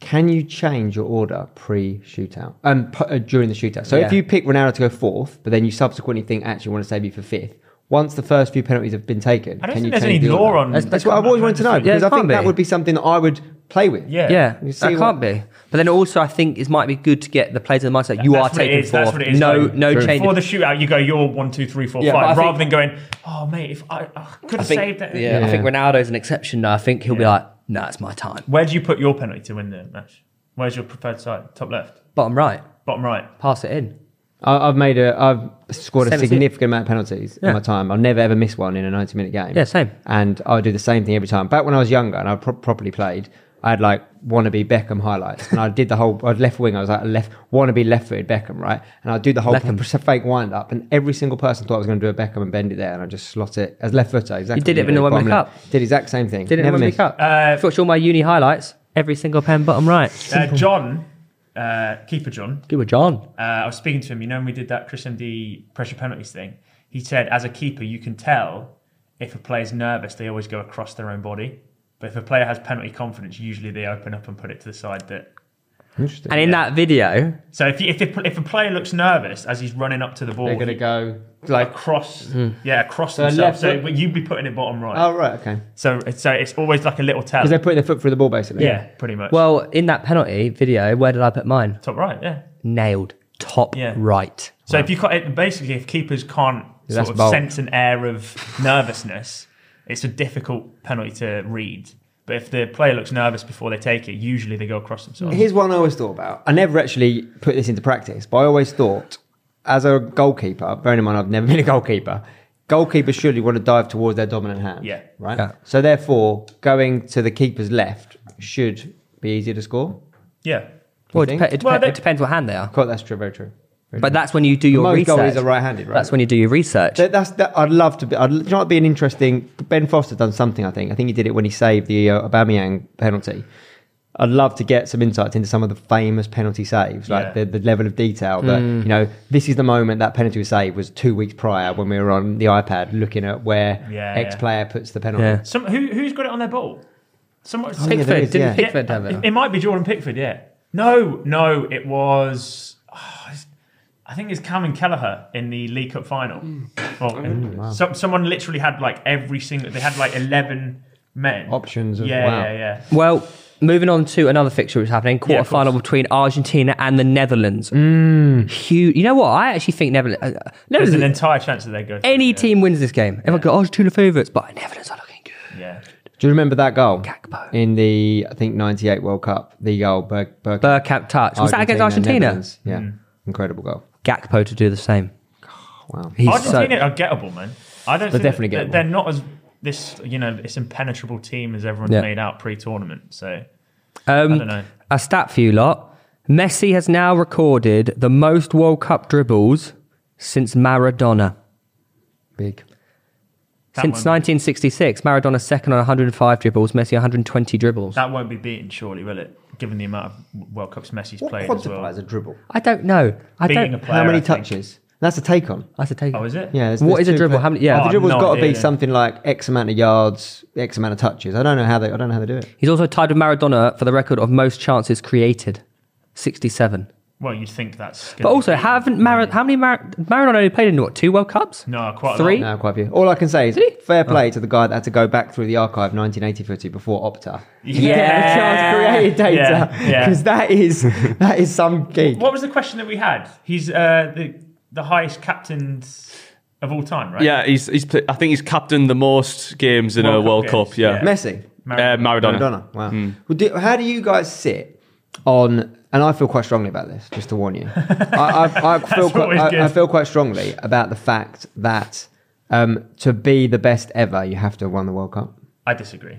C: Can you change your order pre shootout and um, pu- uh, during the shootout? So if
A: Yeah.
C: you pick Ronaldo to go fourth, but then you subsequently think actually I want to save you for fifth. Once the first few penalties have been taken,
B: I don't
C: can
B: think
C: you
B: there's
C: change
B: any
C: the
B: law
C: order?
B: on.
A: That's-
C: That's what I've always wanted to know
A: Yeah, it
C: because I think
A: can't
C: that
A: be.
C: would be something that I would play with.
B: Yeah.
A: Yeah,
C: You see
A: that
C: what-
A: can't be. But then also, I think it might be good to get the players in the mindset you
B: That's
A: are
B: what it
A: taking
B: is, that's
A: fourth.
B: what it is,
A: No,
B: though.
A: no
C: True.
A: change.
B: Before the shootout, you go you're one, two, three, four, five,
A: Yeah, but I
B: rather
A: think-
B: than going, oh mate, if I, oh, could have
A: I think-
B: saved that.
A: yeah, I think
C: Yeah.
A: Ronaldo's an exception. Now I think he'll be
B: Yeah.
A: like, no, it's my time.
B: Where do you put your penalty to win the match? Where's your preferred side? Top left,
A: Bottom right,
B: bottom right.
A: pass it in.
C: I, I've made a, I've scored a
A: Seventy-
C: significant amount of penalties
A: Yeah.
C: in my time. I'll never ever miss one in a ninety-minute game.
A: Yeah, same.
C: And I would do the same thing every time. Back when I was younger and I pro- properly played, I had like wannabe Beckham highlights, and I did the whole. I was left wing. I was like left wannabe left footed Beckham, right? And I do the whole
A: Beckham.
C: p- fake wind up, and every single person thought I was going to do a Beckham and bend it there, and I just slot it as left footer. Exactly.
A: did it in
C: Bottom
A: the Wembley
C: left.
A: Cup.
C: Did exact same thing.
A: Did it
C: Never
A: when we
C: missed.
A: cut?
B: Uh,
A: Watch all my uni highlights. Every single pen bottom right.
B: Uh, John, uh, keeper John,
A: Good with John.
B: uh, I was speaking to him. You know, when we did that Chris MD pressure penalties thing, he said, as a keeper, you can tell if a player's nervous, they always go across their own body. But if a player has penalty confidence, usually they open up and put it to the side that.
C: Interesting.
A: And in that video,
B: So if you, if, it, if a player looks nervous as he's running up to the ball,
C: They're going to
B: he-
C: go like.
B: across, yeah, across
C: So
B: themselves.
C: left
B: So
C: foot-
B: you'd be putting it bottom right.
C: Oh right, okay.
B: So it's- so it's always like a little tell.
C: Because they're putting their foot through the ball basically.
B: yeah, pretty much.
A: well, in that penalty video, where did I put mine?
B: top right, yeah.
A: Nailed. Top
B: Yeah.
A: right.
B: So if you ca- it- basically if keepers can't
C: Yeah,
B: sort
C: that's
B: of
C: bold.
B: sense an air of nervousness, it's a difficult penalty to read. But if the player looks nervous before they take it, usually they go across themselves.
C: Here's one I always thought about. I never actually put this into practice, but I always thought, as a goalkeeper, bearing in mind I've never been a goalkeeper, goalkeepers surely want to dive towards their dominant hand.
B: Yeah.
C: Right?
A: Yeah.
C: So therefore, going to the keeper's left should be easier to score.
B: Yeah.
A: Well, it,
C: think?
A: depe- it, depe-
B: Well, they-
A: it depends what hand they are.
C: Of course, that's true, very true. Very
A: But
C: true.
A: that's when you do your
C: Most
A: research.
C: goalies are right-handed, right?
A: That's when you do your research.
C: That, that's that. I'd love to be. I'd, do you know, it'd be an interesting. Ben Foster done something. I think. I think he did it when he saved the uh, Aubameyang penalty. I'd love to get some insights into some of the famous penalty saves, like
B: Yeah.
C: the, the level of detail that
A: Mm.
C: you know. This is the moment that penalty was saved was two weeks prior when we were on the iPad looking at where
B: Yeah,
C: X
B: yeah.
C: player puts the penalty.
A: Yeah.
B: Some who who's got it on their ball? Someone.
C: yeah, there
A: Pickford.
C: is,
A: Didn't
C: yeah.
A: Oh, Pickford have it?
B: It might be Jordan Pickford, yeah. No, no, it was. oh, it's- I think it's Cameron Kelleher in the League Cup final.
A: Hmm.
B: Well,
A: Oh,
B: some- someone literally had like every single. They had like eleven men.
C: Options of-
B: yeah,
C: wow.
B: yeah, yeah.
A: Well, moving on to another fixture which is happening,
B: Yeah,
A: quarter
B: of
A: final
B: course.
A: between Argentina and the Netherlands. Huge. You know what? I actually think Netherlands. Uh,
B: There's an
A: Netherlands
B: entire chance that they go. through,
A: any
B: yeah.
A: team wins this game. Everyone go Argentina favourites, but Netherlands are looking good.
B: Yeah.
C: Do you remember that goal
A: Gakpo.
C: in the I think '98 World Cup? The goal, Ber- Ber-
A: Burkamp touch. Was that against Argentina?
C: Netherlands. Yeah,
B: Mm.
C: incredible goal.
A: Gakpo to do the same.
C: Wow.
A: He's
B: Argentina
A: so.
B: are gettable, man. I don't.
C: They're
B: think
C: definitely
B: that-
C: gettable.
B: They're not as this. You know, this impenetrable team as everyone's
A: Yeah.
B: made out pre-tournament. So
A: Um,
B: I don't know.
A: A stat for you lot. Messi has now recorded the most World Cup dribbles since Maradona.
C: Big.
B: That
A: since
B: won't-
A: 1966, Maradona's second on 105 dribbles, Messi 120 dribbles.
B: That won't be beaten, surely, will it? Given the amount of World Cups Messi's
C: What
B: played as
C: quantifies
B: well.
C: a dribble?
A: I don't know. I
B: Beating a
A: don't.
B: player,
C: How many
B: I think.
C: touches? That's a take on.
A: That's a take.
B: Oh, is it?
C: Yeah. there's-
A: What is
C: there's
A: a
C: two
A: dribble?
C: pla-
A: How many? Yeah.
B: Oh,
C: the dribble's
B: no
C: got to be
B: idea.
C: something like X amount of yards, X amount of touches. I don't know how they. I don't know how they do it.
A: He's also tied with Maradona for the record of most chances created, 67.
B: Well, you'd think that's.
A: But also, haven't Mar- how many Mar- Maradona only played in what two World Cups?
B: No, quite a lot.
A: three.
C: No, quite a few. All I can say is
A: Did he?
C: fair play to the guy that had to go back through the archive 1980 footy before Opta.
B: Yeah.
C: Get the chance created data
B: Yeah, yeah.
C: because that is that is some geek.
B: What was the question that we had? He's uh, the the highest captain of all time, right?
D: Yeah, he's, he's pl- I think he's captained the most games in
B: World
D: a World
B: Cup
D: Cup.
B: games,
D: yeah,
C: Messi,
B: Maradona.
D: Uh, Maradona.
C: Maradona. Wow.
B: Hmm.
C: Well, do, how do you guys sit on? And I feel quite strongly about this. Just to warn you, I, I, I feel
B: That's
C: quite,
B: always good.
C: I, I feel quite strongly about the fact that um, to be the best ever, you have to have won the World Cup.
B: I disagree.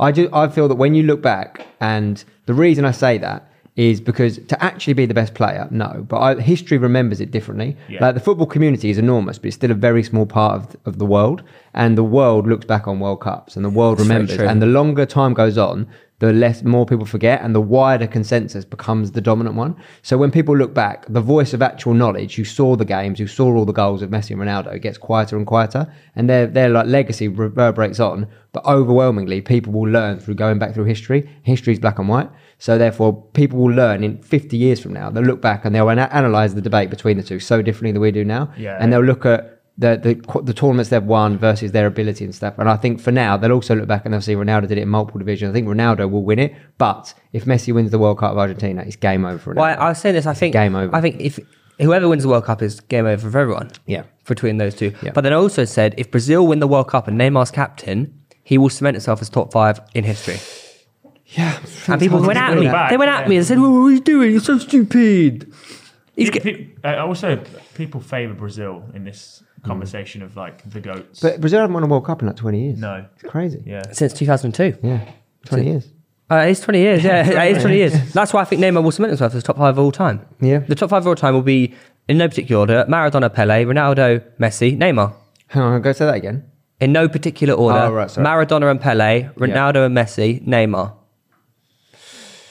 C: I do. I feel that when you look back, and the reason I say that is because to actually be the best player, no. But I, history remembers it differently.
B: Yeah.
C: Like Uh, the football community is enormous, but it's still a very small part of, of the world. And the world looks back on World Cups, and the world
A: very
C: remembers.
A: true.
C: And the longer time goes on, the less more people forget, and the wider consensus becomes the dominant one. So when people look back, the voice of actual knowledge, who saw the games, who saw all the goals of Messi and Ronaldo, gets quieter and quieter, and their their like legacy reverberates on. But overwhelmingly, people will learn through going back through history. History is black and white, so therefore, people will learn in 50 years from now. They'll look back and they'll ana- analyze the debate between the two so differently than we do now,
B: Yeah.
C: and they'll look at the, the qu- the tournaments they've won versus their ability and stuff. And I think for now they'll also look back and they'll see Ronaldo did it in multiple divisions. I think Ronaldo will win it, but if Messi wins the World Cup of Argentina, it's game over. For
A: Well, I,
C: Ronaldo.
A: I was saying this. I think
C: Game over.
A: I think if whoever wins the World Cup is game over for everyone.
C: Yeah.
A: Between those two.
C: Yeah.
A: But then I also said if Brazil win the World Cup and Neymar's captain, he will cement himself as top five in history.
C: yeah,
A: And people went at me.
B: back,
A: they went at
B: yeah.
A: me and said, "What are you doing? You're so stupid." He's
B: Pe-
A: get-
B: pe- uh, also, people favour Brazil in this conversation of like the goats.
C: But Brazil haven't won a World Cup in like 20 years.
B: no,
C: it's crazy.
B: yeah,
A: since 2002.
C: Yeah. Twenty years.
A: Uh, it's 20 years, yeah. it's 20 years. That's why I think Neymar, Wilson, Middlesworth is top five of all time.
C: Yeah.
A: The top five of all time will be, in no particular order, Maradona, Pele, Ronaldo, Messi, Neymar.
C: Hang on, go say that again.
A: In no particular order,
C: Oh, right, sorry.
A: Maradona and Pele, Ronaldo and Messi, Neymar.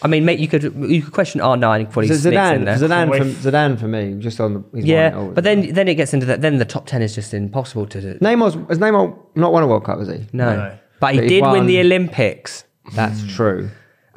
A: I mean, mate, you could you could question R nine
C: So
A: quality sneaks in
C: Zidane,
A: there.
C: Zidane,
B: Wait.
C: for, Zidane for me, just on. He's Oh, won it
A: yeah,
C: all.
A: but then then it gets into that. Then the top ten is just impossible to do.
C: Neymar's has Neymar not won a World Cup, has he? Hmm.
A: No,
B: No.
A: but he
C: But he
A: did win
C: won.
A: the Olympics,
C: That's true.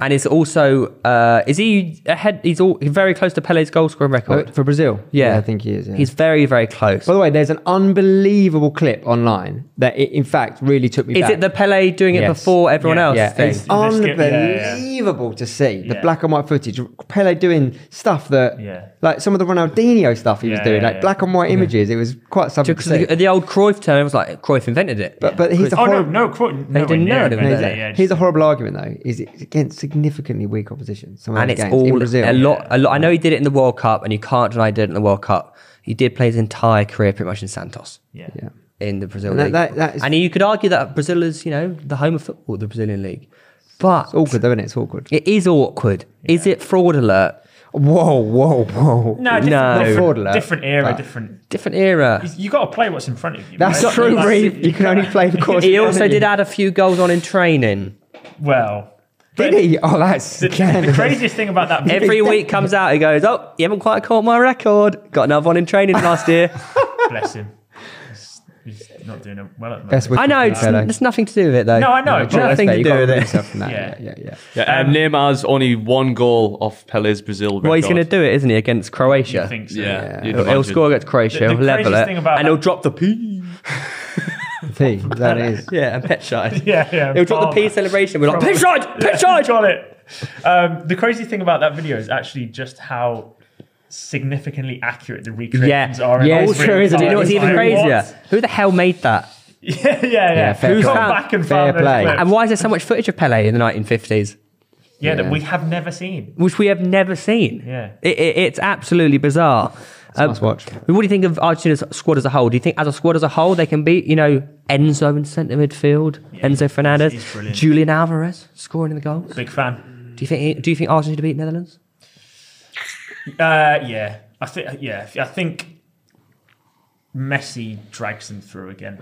A: and is also uh, is he ahead? He's all he's very close to Pele's goal scoring
C: Oh,
A: record.
C: for Brazil,
A: yeah.
C: I think he is. Yeah.
A: He's very very close.
C: By the way, there's an unbelievable clip online that, it, in fact, really took me
A: is
C: back.
A: it the Pele doing it
C: Yes.
A: before everyone
B: Yeah,
A: else?
C: yeah,
A: thing?
C: it's
B: Yeah, yeah, yeah.
C: unbelievable to see the
B: Yeah.
C: black and white footage. Pele doing stuff that,
B: Yeah.
C: like some of the Ronaldinho stuff he was
B: Yeah,
C: doing,
B: yeah,
C: like
B: yeah.
C: black and white images. It was quite something to
A: Because
C: see.
A: the, the old Cruyff term was like Cruyff invented it.
C: But but he's a
B: Oh no,
C: horrible.
B: no, Croy- no,
A: didn't
B: yeah,
A: know it,
B: yeah,
A: didn't
B: yeah,
A: they?
B: yeah,
C: here's a horrible argument though. Is it's against significantly weak opposition. Some of
A: and
C: those
A: it's
C: games in
A: all
C: Brazil.
A: a lot. A lot. I know he did it in the World Cup, and you can't deny he did it in the World Cup. He did play his entire career pretty much in Santos
B: yeah.
C: Yeah.
A: in the Brazil
C: And that-
A: league,
C: that- that is-
A: and you could argue that Brazil is, you know, the home of football, the Brazilian league. But
C: It's awkward though, isn't it? It's awkward.
A: it is awkward. Is it fraud alert?
C: Whoa, whoa, whoa.
B: No, different,
A: No.
B: different,
C: Fraud alert.
B: different era,
C: But-
B: different.
A: Different era.
B: You got to play what's in front of you.
C: That's
B: right?
C: true,
B: Like,
C: Reeve. You can only play the course.
A: He also did add a few goals on in training.
B: Well,
C: Did he? Oh, that's
B: The, the
C: scandalous.
B: craziest thing about that video,
A: Every week comes out, he goes, "Oh, you haven't quite caught my record. Got another one in training last year."
B: bless him, he's, he's not doing well at the
C: Best
B: moment.
A: I know
C: Wikipedia
A: it's,
C: fellow.
A: it's nothing to do with it though.
B: No, I know. but
A: Nothing
C: That's fair,
A: to
C: you
A: do
C: can't
A: with
C: remove
A: it.
C: yourself from that.
B: Yeah.
C: Yeah, yeah, yeah.
D: Yeah, um, Neymar's only one goal off Pele's Brazil record.
A: Well, he's going to do it, isn't he, against Croatia?
B: I think so.
D: Yeah,
C: Yeah.
D: you'd
A: He'll, he'll
D: imagine.
A: score against Croatia,
B: The- the
A: he'll level
B: craziest
A: it,
B: thing about
A: and
B: that-
A: he'll drop the P.
C: P, that is.
A: Yeah, and pet side.
B: Yeah, yeah.
A: He'll drop
B: Oh,
A: the P celebration. We're like,
B: Probably.
A: pet side, pet
B: I
A: side.
B: got it. Um, the crazy thing about that video is actually just how significantly accurate the recreations
A: Yeah.
B: are. in
C: Yeah,
B: all
C: it's
B: three
C: true,
B: of the
C: isn't it?
A: Do you know what's
B: colours.
A: even
B: Like,
A: crazier?
B: what?
A: Who the hell made that?
B: Yeah, yeah, yeah.
C: fair
B: Who's
C: play.
B: gone back and
C: Fair
B: found those
C: play.
B: clips?
A: And why is there so much footage of Pele in the 1950s,
B: Yeah, that
C: Yeah.
B: we have never seen.
A: which we have never seen?
B: Yeah.
A: It, it, it's absolutely bizarre. Um,
C: must watch.
A: What do you think of Argentina's squad as a whole? Do you think, as a squad as a whole, they can beat, you know, Enzo in centre midfield, Enzo Fernandez,
B: he's brilliant.
A: Julian Alvarez scoring the goals?
B: Big fan.
A: Do you think? Do you think Argentina beat Netherlands?
B: Uh, yeah, I think. Yeah, I think Messi drags them through again.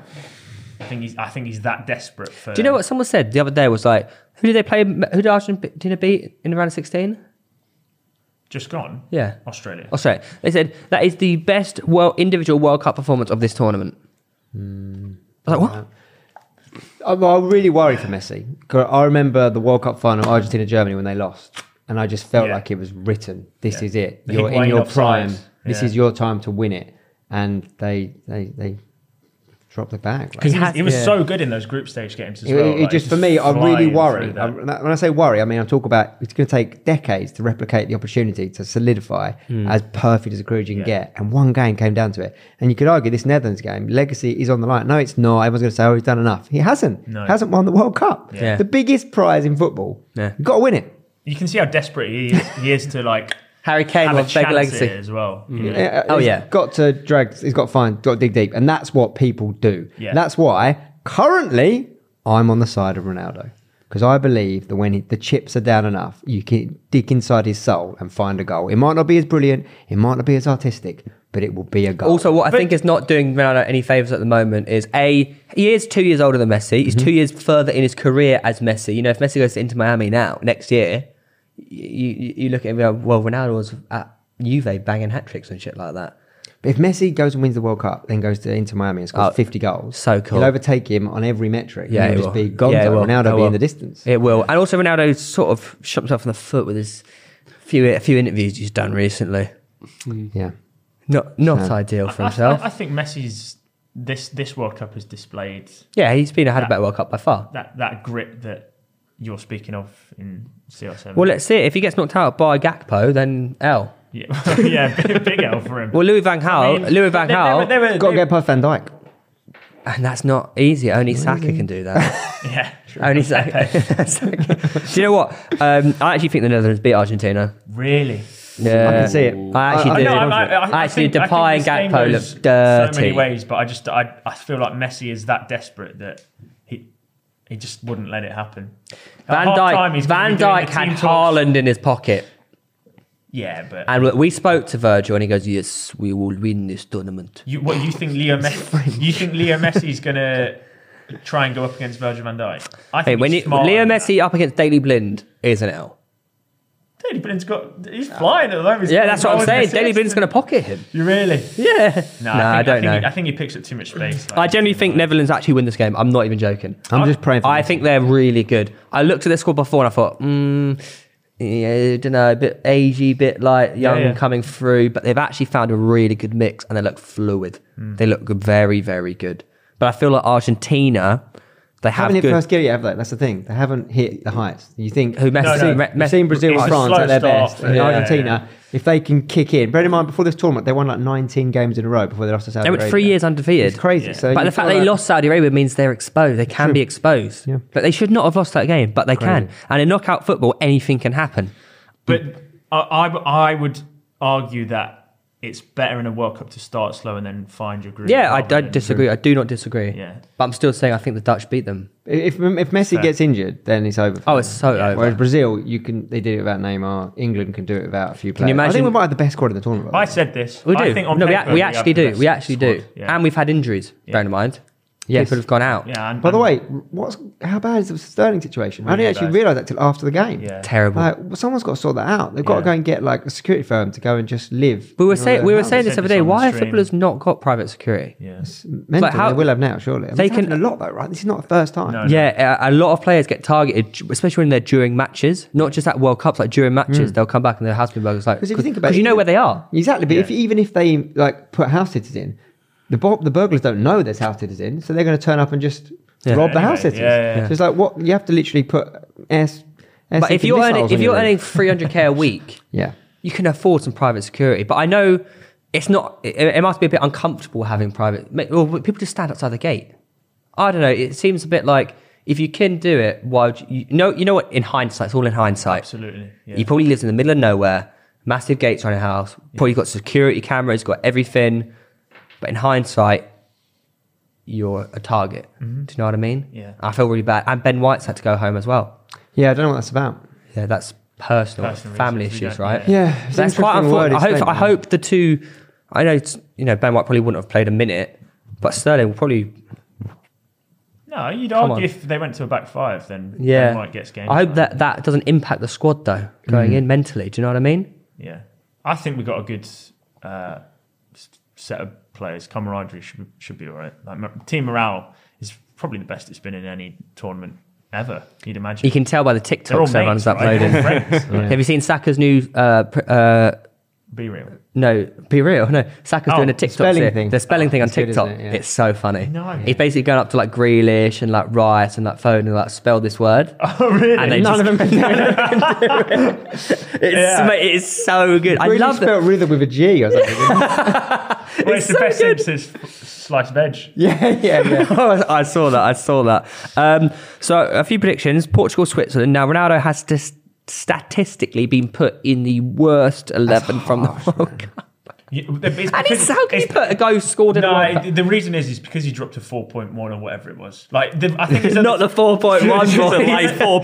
B: I think he's. I think he's that desperate for.
A: Do you know what someone said the other day? Was like, who did they play? Who did Argentina beat in the round of sixteen?
B: Just gone.
A: Yeah.
B: Australia.
A: Oh, sorry. They said that is the best world individual World Cup performance of this tournament. I was like, what?
C: I'm, I really worry for Messi. 'Cause I remember the World Cup final, Argentina Germany, when they lost, and I just felt
B: Yeah.
C: like it was written. This
B: Yeah.
C: is it.
B: The
C: You're in
B: Higuain
C: your
B: offside.
C: prime. This
B: Yeah.
C: is your time to win it, and they they they dropped the bag. Like,
A: He
B: He was,
A: has-
B: he was
A: yeah.
B: so good in those group stage games as
C: It,
B: well.
C: it
B: like,
C: just for me, I really
B: flying
C: worry.
B: through
C: I,
B: that.
C: when I say worry, I mean I talk about it's going to take decades to replicate the opportunity to solidify as perfect as a crew as you can
B: Hmm. Yeah.
C: get. And one game came down to it. And you could argue this Netherlands game legacy is on the line. No, it's not. Everyone's going to say, "Oh, he's done enough." He hasn't.
B: No.
C: hasn't won the World Cup.
A: Yeah.
C: The biggest prize in football.
A: Yeah.
C: You've got to win it.
B: You can see how desperate he is, he is to like
A: Harry Kane
B: have a
A: was big
B: chance at it
A: legacy.
B: as well. Yeah.
C: Uh,
A: Oh,
C: he's
A: yeah.
C: got to drag. He's got to find. Got to dig deep, and that's what people do.
B: Yeah.
C: And That's why currently I'm on the side of Ronaldo because I believe that when he, the chips are down enough, you can dig inside his soul and find a goal. It might not be as brilliant, it might not be as artistic, but it will be a goal.
A: Also, what I
B: But-
A: think is not doing Ronaldo any favors at the moment is a he is two years older than Messi. He's two years further in his career as Messi. You know, if Messi goes to Inter Miami now next year, y- you you, you look at him. and go, Well, Ronaldo was at Juve banging hat tricks and shit like that.
C: But if Messi goes and wins the World Cup, then goes to Inter Miami and scores
A: Oh,
C: 50 goals,
A: so cool.
C: He'll overtake him on every metric.
A: Yeah,
C: Yeah,
A: it
C: he'll
A: will.
C: just be
A: Yeah,
C: Gonzo.
A: it will.
C: Ronaldo
A: It
C: be
A: will.
C: in the distance.
A: It will, and also Ronaldo sort of shot himself in the foot with his few a few interviews he's done recently.
C: yeah.
A: Not not ideal for
B: I,
A: himself.
B: I, I think Messi's this this World Cup has displayed
A: yeah, he's been had a better World Cup by far.
B: that that grit that you're speaking of in CR7.
A: Well, let's see. If he gets knocked out by Gakpo, then L.
B: yeah, yeah, big, big L for him.
A: Well, Louis Van Gaal,
B: I mean,
A: Louis Van
B: they- they were-
A: Gaal,
B: they were-
C: Got to
B: they-
C: get past Van Dyke.
A: and that's not easy. Only Saka can do that.
B: yeah, true.
A: Only Saka. Saka. Do you know what? Um, I actually think the Netherlands beat Argentina.
B: really.
A: Yeah,
C: I can see it.
A: I actually
C: I- I
A: do.
B: No,
C: know,
B: I'm- I, I, I
A: actually,
B: think, I
A: Depay and
B: think this game
A: Gakpo
B: goes
A: look dirty.
B: So many ways, but I just I, I feel like Messi is that desperate that he He just wouldn't let it happen. At
A: Van
B: half-time,
A: Dyke,
B: he's gonna
A: Van
B: be doing the
A: Dyke had
B: team talks.
A: Haaland in his pocket.
B: Yeah, but
A: And we spoke to Virgil and he goes, Yes, we will win this tournament.
B: you, what you think? Leo Messi? you think Leo Messi's gonna try and go up against Virgil Van Dijk? I think
A: Hey, when you,
B: he's smarter
A: Leo
B: than that.
A: Messi up against Daily Blind is an L.
B: Daley Blind's got. He's flying at the moment. He's
A: Yeah,
B: got
A: that's what I'm
B: goals
A: saying.
B: and
A: Daily Blind's
B: assists.
A: going to pocket him.
B: You really?
A: Yeah. No, I, don't
B: think, think,
A: know.
B: I think he picks up too much space. like-
A: I genuinely think Netherlands actually win this game. I'm not even joking.
C: I'm just praying. For
A: I
C: this.
A: think they're really good. I looked at their squad before and I thought, hmm, yeah, don't know, a bit agey, bit like young
B: yeah.
A: coming through, but they've actually found a really good mix and they look fluid. They look good- very, very good. But I feel like Argentina, they
C: They
A: have
C: haven't hit
A: good.
C: first gear yet, have they? That's the thing. They haven't hit the heights. You think
A: Who, Messi?
C: You've seen-
B: No, no.
C: you've seen Brazil
B: It's
C: and
B: a
C: France
B: slow
C: at their
B: start.
C: best, and
B: Yeah,
C: Argentina. If they can kick in, bear in mind before this tournament they won like 19 games in a row before they lost to Saudi
A: they went
C: Arabia.
A: three years undefeated.
C: It's crazy.
B: Yeah.
C: So
A: But
C: you
A: the fact
C: feel
A: they
C: like-
A: lost Saudi Arabia means they're exposed. They can be exposed.
C: Yeah.
A: But they should not have lost that game, but they can.
C: Crazy.
A: And in knockout football, anything can happen.
B: But I, I, I would argue that it's better in a World Cup to start slow and then find your groove.
A: Yeah, I
B: rather
A: don't
B: than-
A: disagree. I do not disagree.
B: Yeah.
A: But I'm still saying I think the Dutch beat them.
C: If if Messi
B: Fair.
C: gets injured, then it's over. for
A: Oh,
C: them.
A: it's so over.
C: Whereas Brazil, you can they did it without Neymar. England can do it without a few players.
A: you
C: I think we
A: imagine-
C: might have the best squad in the tournament. by
B: I
C: the way.
B: said this.
A: We do.
B: I think on
A: no, we,
B: paper
A: a- we
B: have
A: actually
B: the
A: do.
B: best
A: We actually do.
B: squad. Yeah.
A: And we've had injuries, bear in mind.
C: Yes.
A: People have gone out.
B: yeah, and,
C: By the
B: and-
C: way, what's how bad is the Sterling situation? I
B: Really
C: didn't actually
B: bad.
C: realise that till after the game.
B: yeah.
A: Terrible.
C: Like, well, someone's got to sort that out. They've got to
B: Yeah.
C: go and get like a security firm to go and just live.
A: we were
C: in one of
A: saying
C: their
A: we were
C: houses.
A: saying this
B: Said
A: every
B: this
A: day.
B: on the
A: Why have
B: stream.
A: footballers not got private security?
B: Yeah.
C: It's mental.
A: Like, how-
C: they will have now, surely. I mean,
A: They
C: it's
A: can-
C: happened a lot though, right? This is not the first time.
B: No.
A: Yeah, a a lot of players get targeted, d- especially when they're during matches. Not just at World Cups, like during matches, they'll come back and their housekeeper's like,
C: Hmm. Because if you think about it,
A: you know
C: even-
A: where they are.
C: Exactly, but if even if they like put house sitters in, the bo- the burglars don't know there's house sitters in, so they're going to turn up and just
A: Yeah.
C: rob the
B: Anyway,
C: house sitters.
B: yeah, yeah.
C: So it's like what you have to literally put s.
A: But if you're earning, if you're earning 300k a week,
C: yeah,
A: you can afford some private security. But I know it's not. It, it must be a bit uncomfortable having private. ma- Well, people just stand outside the gate. I don't know. It seems a bit like if you can do it, why would you? You know, you know what? In hindsight, it's all in hindsight.
B: Absolutely. Yeah.
A: He probably lives in the middle of nowhere. Massive gates around a house. Probably got security cameras. Got everything. But in hindsight, you're a target. Do you know what I mean?
B: Mm-hmm. Yeah.
A: I feel really bad. And Ben White's had to go home as well.
C: yeah, I don't know what that's about.
A: Yeah, that's personal,
B: Personal
A: family
B: reasons, we
A: issues,
B: don't-
A: right?
B: yeah.
C: Yeah, it's an
A: that's quite
C: interesting word,
A: unfortunate. I hope, I
C: statement.
A: hope the two. I know it's- you know Ben White probably wouldn't have played a minute, but Sterling will probably.
B: No, you'd
A: Come
B: argue
A: on.
B: if they went to a back five, then
A: Yeah,
B: they might get game.
A: I hope
B: time.
A: that that doesn't impact the squad though
B: Mm.
A: going in mentally. Do you know what I mean?
B: Yeah, I think we got a good uh, s- set of players. Camaraderie should be- should be all right. Like, mo- team morale is probably the best it's been in any tournament ever. You'd imagine.
A: You can tell by the
B: They're all
A: TikToks
B: mates,
A: everyone's
B: right?
A: uploading.
B: They're all friends.
A: Have you seen Saka's new? Uh, pr- uh,
B: Be real.
A: no, be real. No, Saka's
B: Oh,
A: doing a
B: the
A: TikTok
C: spelling
A: here.
C: thing.
A: The spelling thing on
C: It's good,
A: TikTok.
C: isn't it? Yeah.
A: It's so funny.
B: No.
A: He's basically going up to like Grealish and like Rice and like Foden and like spell this word.
B: Oh really?
A: And they
C: None
A: just-
C: of them can do it.
A: It's,
B: Yeah.
A: mate, it's so good. I
C: Really
A: love that.
C: spelled rhythm with a G or something.
B: well, it's, the
A: so
B: best
A: good.
B: thing since f- sliced veg.
C: yeah, yeah, yeah.
A: Oh, I saw that. I saw that. Um, so, a few predictions: Portugal, Switzerland. Now, Ronaldo has just statistically been put in the worst eleven from the World Cup.
B: You- it's
A: And
B: because-
A: it's, how can you
B: it's-
A: put a goal scored in the
B: No,
A: World Cup?
B: it- the reason is is because he dropped to four point one or whatever it was. Like the, I think his
A: Not the four point one.
D: It's just a light
B: His other,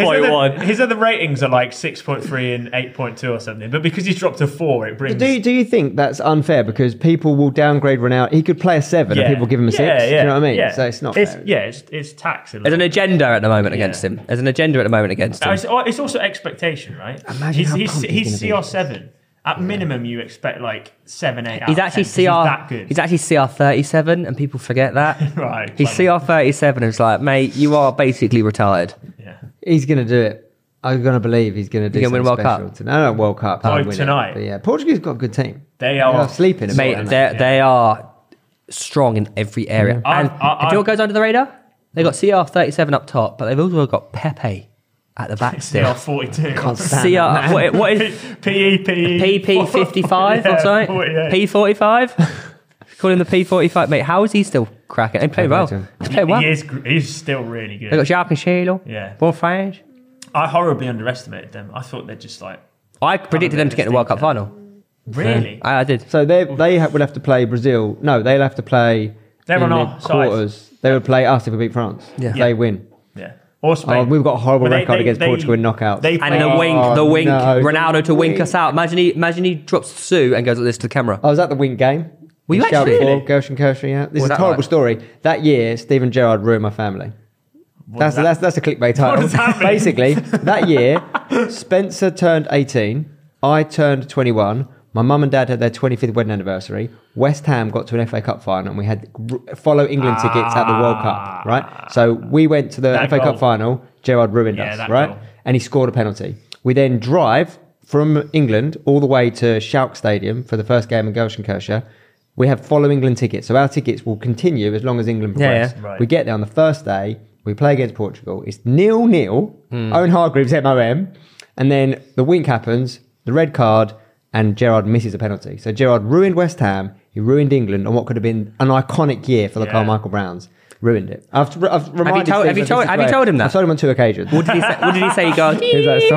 D: 4.1.
B: his other ratings are like 6.3 and 8.2 or something, but because he's dropped to four, it brings.
C: Do you, do you think that's unfair because people will downgrade Ronaldo? He could play a seven and people give him a six. do you know what I mean?
B: yeah.
C: So it's not fair.
B: Yeah, it's, it's tax. a
A: There's
B: little
A: an
B: bit.
A: agenda at the moment against him. There's an agenda at the moment against
B: Uh,
A: him.
B: It's, it's also expectation, right?
C: Imagine
B: he's
C: how
B: he's,
C: pumped
B: he's
C: he's gonna be.
B: CR7. At minimum, you expect like 7, 8 out
A: He's
B: of
A: actually
B: 10, 'cause
A: CR.
B: He's that good.
A: He's actually CR thirty seven, and people forget that.
B: Right,
A: He's
B: clever.
A: CR thirty seven. It's like, mate, you are basically retired.
B: yeah.
C: He's going to do it. I'm going to believe he's going to do
A: gonna win
C: something
A: World Cup?
C: special tonight. No, no, World Cup.
B: Oh,
C: They'll win it.
B: tonight. Oh.
C: But yeah, Portugal's got a good team.
B: They
C: They
B: are.
C: are sleeping a
A: Mate,
C: bit. aren't they?
A: they're, they are strong in every area.
B: Mm. I-
A: And
B: I- I-
A: do you know what goes under the radar? They got CR thirty seven up top, but they've also got Pepe at the back still.
B: CR42.
C: Can't stand
A: CR
C: that.
A: what, what is
B: PE, PE.
A: PP fifty five or
B: E, Yeah,
A: something?
B: 48.
A: P forty five. Call him the P forty five, mate. How is he still cracking? He played well.
C: Pepe too.
A: He's playing well.
B: He is, gr- he's still really
A: They got
B: good.
A: Jacques and Shiloh.
B: Yeah.
A: Bon Frange.
B: I horribly underestimated them. I thought they're just like,
A: I predicted them to get in the World Cup final.
B: really?
A: I, I did.
C: So they they ha- will have to play Brazil. No, they'll have to play
B: They're
C: in
B: on
C: the
B: our side.
C: quarters. They would play us if we beat France.
A: Yeah.
C: They win.
B: Yeah. Or Spain.
C: Oh, we've got a horrible
B: But they-
C: record
B: they-
C: against
B: they-
C: Portugal in knockouts.
B: They
A: And the
B: played-
A: wink, the wink,
C: no,
A: Ronaldo to wink Oh.
C: wink.
A: us out. Imagine he, imagine he drops Sue and goes like this to the camera.
C: I was at Oh, the wing game.
A: Were you
C: The shout
A: actually?
C: before,
A: Really?
C: Gershon Kershaw, yeah. This
A: What was
C: is a
A: that
C: horrible
A: like?
C: story. That year, Stephen Gerrard ruined my family. That's,
B: that-
C: that's that's a clickbait title.
B: does that mean?
C: Basically, that year, Spencer turned 18. I turned 21. My mum and dad had their 25th wedding anniversary. West Ham got to an FA Cup final, and we had r- follow England tickets at the World Cup. Right, so we went to the
B: That
C: FA
B: goal.
C: Cup final. Gerrard ruined
B: Yeah,
C: us.
B: that
C: Right,
B: goal.
C: and he scored a penalty. We then drive from England all the way to Schalke Stadium for the first game in Gelsenkirchen. We have follow England tickets, so our tickets will continue as long as England
A: Yeah,
C: progress.
B: yeah. Right.
C: We get there on the first day. We play against Portugal. It's nil nil.
A: Hmm.
C: Owen Hargreaves MOM, and then the wink happens, the red card, and Gerard misses a penalty. So Gerard ruined West Ham. He ruined England on what could have been an iconic year for the
B: Yeah.
C: Carmichael Browns. Ruined it. I've, I've reminded
A: told- have
C: Steve
A: you
C: of this
A: told- have you
C: today.
A: told him that?
C: I've told him on two occasions.
A: What did he say? What did he say? He goes.
C: He was like,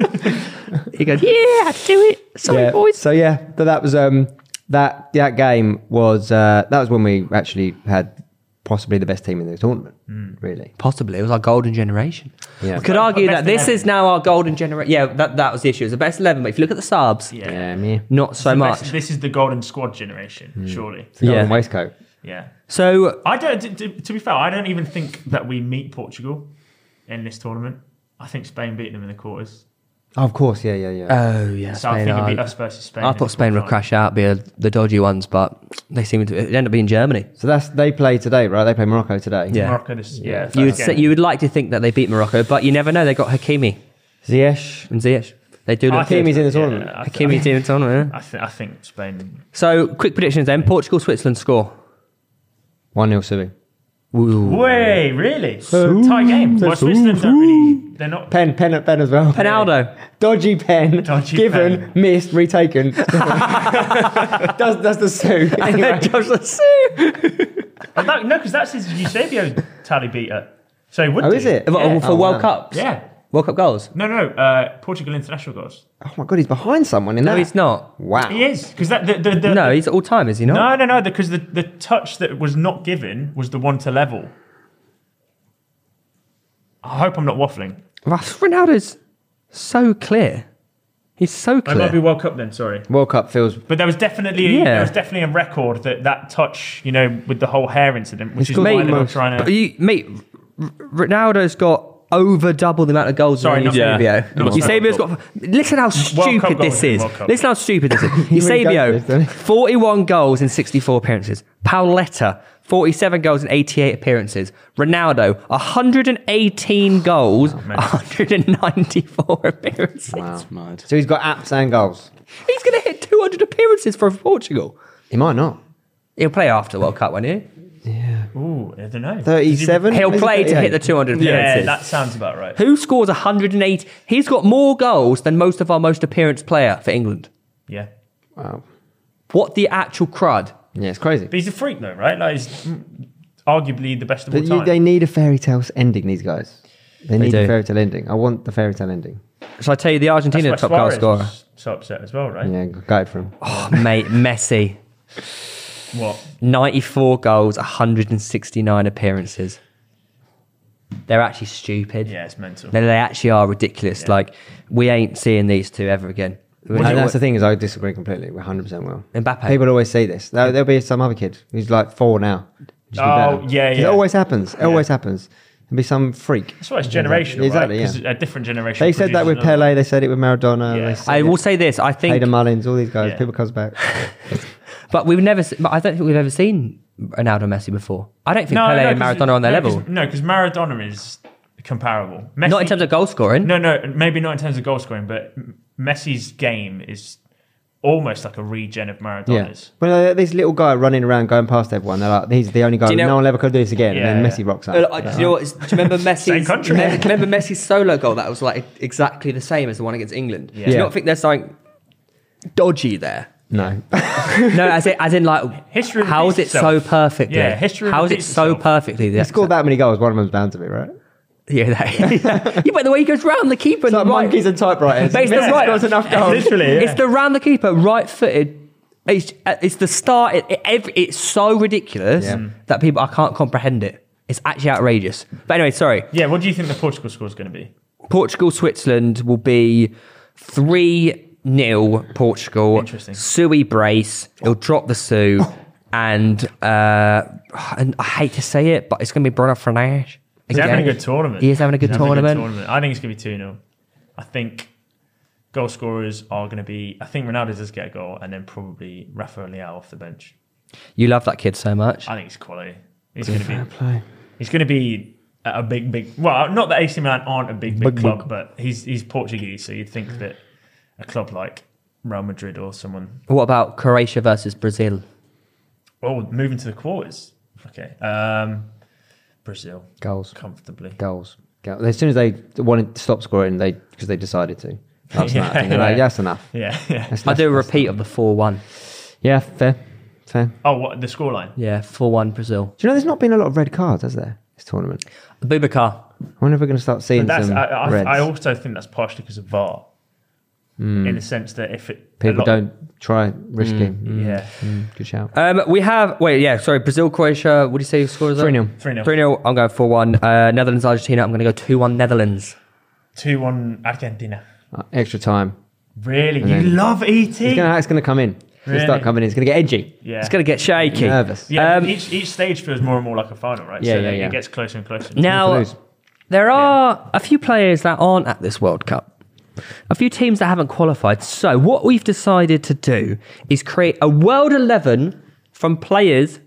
C: sorry.
A: He goes. Yeah, I do it. Sorry,
C: yeah.
A: boys.
C: So yeah, but that was um that that game was uh, that was when we actually had possibly the best team in the tournament. Really,
A: Possibly, it was our golden generation.
C: Mm. Yeah.
A: We could argue
B: Best
A: that this
B: 11.
A: is now our golden generation. Yeah, that, that was the issue. It was the best eleven, but if you look at the subs,
B: Yeah.
C: yeah, me. Hmm.
A: not so
B: The
A: much.
B: best- this is the golden squad generation, surely.
C: The golden
A: Yeah.
C: waistcoat.
B: Yeah.
A: So
B: I don't. To, to- to be fair, I don't even think that we meet Portugal in this tournament. I think Spain beat them in the quarters.
C: Oh, of course, yeah, yeah, yeah.
A: Oh yeah,
B: So I
A: Spain
B: think it'd be
A: are-
B: us versus Spain.
A: I
B: in the
A: thought Spain would
B: quarterfinal.
A: crash out, be a, the dodgy ones, but they seem to it ended up being Germany.
C: so that's they play today, right? They play Morocco today.
A: Yeah.
B: Morocco this, yeah. first
A: You would
B: game.
A: say, you would like to think that they beat Morocco, but you never know. They got Hakimi
C: Ziyech.
A: and Ziyech. They do
B: I
A: look.
B: think-
C: Hakimi's in the
B: yeah,
C: tournament.
B: I think-
A: Hakimi team, tournament. yeah.
B: I, th- I think Spain.
A: So quick predictions then: Portugal, Switzerland score.
C: One 0 Sui.
A: Ooh.
B: Wait, really? Tie game. Well, Switzerland don't really. They're not.
C: Pen, pen, pen as well.
A: Penaldo.
C: Dodgy pen.
B: Dodgy
C: given,
B: pen.
C: missed, retaken. that's that's the Sue. Anyway.
A: Josh, let's see.
B: Oh, that- no, because that's his Eusebio tally beater. So he would.
C: Oh,
B: do.
C: is it?
A: For-
B: Yeah.
A: For
C: Oh,
A: World
C: wow.
A: Cups.
B: Yeah.
A: World Cup goals.
B: No, no. Uh, Portugal international goals.
C: Oh my god, he's behind someone in that.
A: No, he's not.
C: Wow.
B: He is because that the, the, the
A: No, he's all time, is he not?
B: no no no because the, the touch that was not given was the one to level. I hope I'm not waffling.
A: Rus- Ronaldo's so clear. He's so
B: I might be
A: clear.
B: World Cup then. Sorry,
C: World Cup feels
B: but there was definitely
A: Yeah.
B: there was definitely a record that that touch you know with the whole hair incident, which is
C: got
B: why
C: the
B: they were
C: most-
B: trying
A: But
B: to.
A: you, mate, R- Ronaldo's got over double the amount of goals
B: Sorry,
A: than
B: not-
A: Eusebio.
D: Yeah. Not
A: Eusebio's got. Listen how stupid
B: Cup
A: this
B: goals in
A: is.
B: World Cup.
A: Listen how stupid this is.
C: really
A: Eusebio,
C: goes for this, doesn't he?
A: 41 goals in 64 appearances. Pauletta, 47 goals in 88 appearances. Ronaldo, 118 goals,
B: Oh,
A: 194 appearances.
C: wow.
D: mad.
C: So he's got apps and goals.
A: He's going to hit 200 appearances for Portugal.
C: He might not.
A: He'll play after World Cup, won't he?
B: Ooh, I don't know.
C: Thirty-seven.
A: He'll
C: Maybe
A: play to
C: 38.
A: hit the 200
B: Yeah,
A: appearances.
B: that sounds about right.
A: Who scores 108? He's got more goals than most of our most appearance player for England.
B: Yeah,
C: Wow.
A: What the actual crud?
C: Yeah, it's crazy.
B: but he's a freak though, right? Like he's mm, arguably the best of all
C: But you,
B: time.
C: they need a fairy tale ending. These guys. They, need
A: do.
C: a fairy tale ending. I want the fairy tale ending.
A: Shall I tell you the Argentina
B: That's
A: top
B: why
A: goal
B: Suarez
A: scorer?
B: was So upset as well, right?
C: Yeah, go for him.
A: Oh, mate, Messi.
B: What?
A: 94 goals, 169 appearances. They're actually stupid.
B: Yeah, it's mental.
A: They, they actually are ridiculous. Like, we ain't seeing these two ever again.
C: And that's the thing is, I disagree completely. We 100 percent will.
A: Mbappe.
C: People always say this. There, will be some other kid who's like four now. Just be
B: Oh,
C: better.
B: yeah,
C: It
B: yeah.
C: always happens. It always happens. There'll be some freak.
B: That's why it's generational,
C: Exactly,
B: right? 'Cause
C: yeah.
B: a different generation.
C: They said that
B: produces
C: with
B: another
C: Pele. They said it with Maradona.
B: Yeah.
C: They said
A: I
C: it
A: will
C: with
A: say this. I think
C: Hayden Mullins. All these guys.
B: Yeah.
C: People comes back.
A: But we've never. se- But I don't think we've ever seen Ronaldo, and Messi before. I don't think Pele and
B: 'cause-
A: Maradona are on their
B: no, 'cause-
A: level.
B: No, because Maradona is comparable. Messi,
A: Not in terms of goal scoring.
B: No, no, maybe not in terms of goal scoring, but M- Messi's game is almost like a regen of
C: yeah.
B: Maradona's.
C: Well, uh, this little guy running around, going past everyone. They're like, he's the only guy.
A: you know-
C: no one will ever could do this again.
B: Yeah,
C: and
B: yeah.
C: then Messi rocks up.
A: Uh, I- do you know what, do you remember Messi's,
B: country.
A: remember, remember Messi's solo goal that was like exactly the same as the one against England? Do you
C: Yeah.
A: not think there's something dodgy there?
C: no.
A: No, as in, as in like
B: History
A: How is it
B: repeats
A: so
B: itself.
A: perfectly?
B: Yeah, history
A: How is it
B: repeats
A: so
B: itself.
A: perfectly? The
C: He scored that many goals. One of them's bound to be right.
A: Yeah, that, yeah. yeah, but the way he goes round the keeper,
C: It's
A: and
C: like
A: the right,
C: monkeys and typewriters.
A: But it's the
C: Messi
A: right-
C: scores enough goals.
B: Literally, yeah.
A: It's the round the keeper, right footed. It's, uh, it's the start. It, it- every, it's so ridiculous
C: Yeah.
A: that people I can't comprehend it. It's actually outrageous. But anyway, sorry.
B: Yeah, what do you think the Portugal score is going to be?
A: Portugal Switzerland will be 3 nil Portugal.
B: Interesting.
A: Sui brace. It'll drop the Sue. And, uh, and I hate to say it, but it's going to be Bruno Fernandes.
B: He's
A: again.
B: having a good tournament.
A: He is having a good
B: He's
A: tournament.
B: I think it's going to be 2 0. I think goal scorers are going to be. I think Ronaldo does get a goal and then probably Rafael Leao off the bench.
A: You love that kid so much.
B: I think it's quality. He's going to be. He's going to be a a big, big. Well, not that AC Milan aren't a big, big,
C: Big
B: club, but he's he's Portuguese, so you'd think that a club like Real Madrid or someone.
A: What about Croatia versus Brazil?
B: Oh, moving to the quarters. Okay. Um, Brazil
C: Goals.
B: comfortably.
C: Goals. Go- As soon as they wanted to stop scoring, they because they decided to. That's,
B: Yeah,
C: not, I think they're like,
B: yeah.
C: that's enough.
B: Yeah, yeah.
A: I do a repeat of the 4 1.
C: Yeah, fair, fair.
B: Oh, what the scoreline?
A: Yeah, 4 1 Brazil.
C: Do you know there's not been a lot of red cards, has there? This tournament.
A: Bubakar.
C: I wonder if we're going to start seeing
B: But that's
C: some
B: I, I,
C: reds.
B: I also think that's partially because of VAR,
A: Hmm.
B: in the sense that if it a
C: People
B: lot-
C: don't try risky.
B: yeah,
C: Mm, Good shout.
A: Um, we have wait, yeah, sorry, Brazil, Croatia. What do you say your score is?
C: 3-0.
B: 3-0.
A: Three 0 I'm going four one. Uh, Netherlands, Argentina. I'm going to go two one Netherlands.
B: two one Argentina.
C: Uh, extra time.
B: Really, you
C: then-
B: love ET?
C: It's going to it's gonna come in. It's going to
B: Really?
C: start coming in. It's going to get edgy.
B: yeah,
A: It's going to get shaky.
C: Nervous.
B: yeah.
A: um,
B: each each stage feels more and more like a final, right?
C: Yeah,
B: so
C: yeah,
B: then
C: yeah.
B: It gets closer and closer.
A: Now
C: lose.
A: there are a few players that aren't at this World Cup. A few teams that haven't qualified. So what we've decided to do is create a World Eleven from players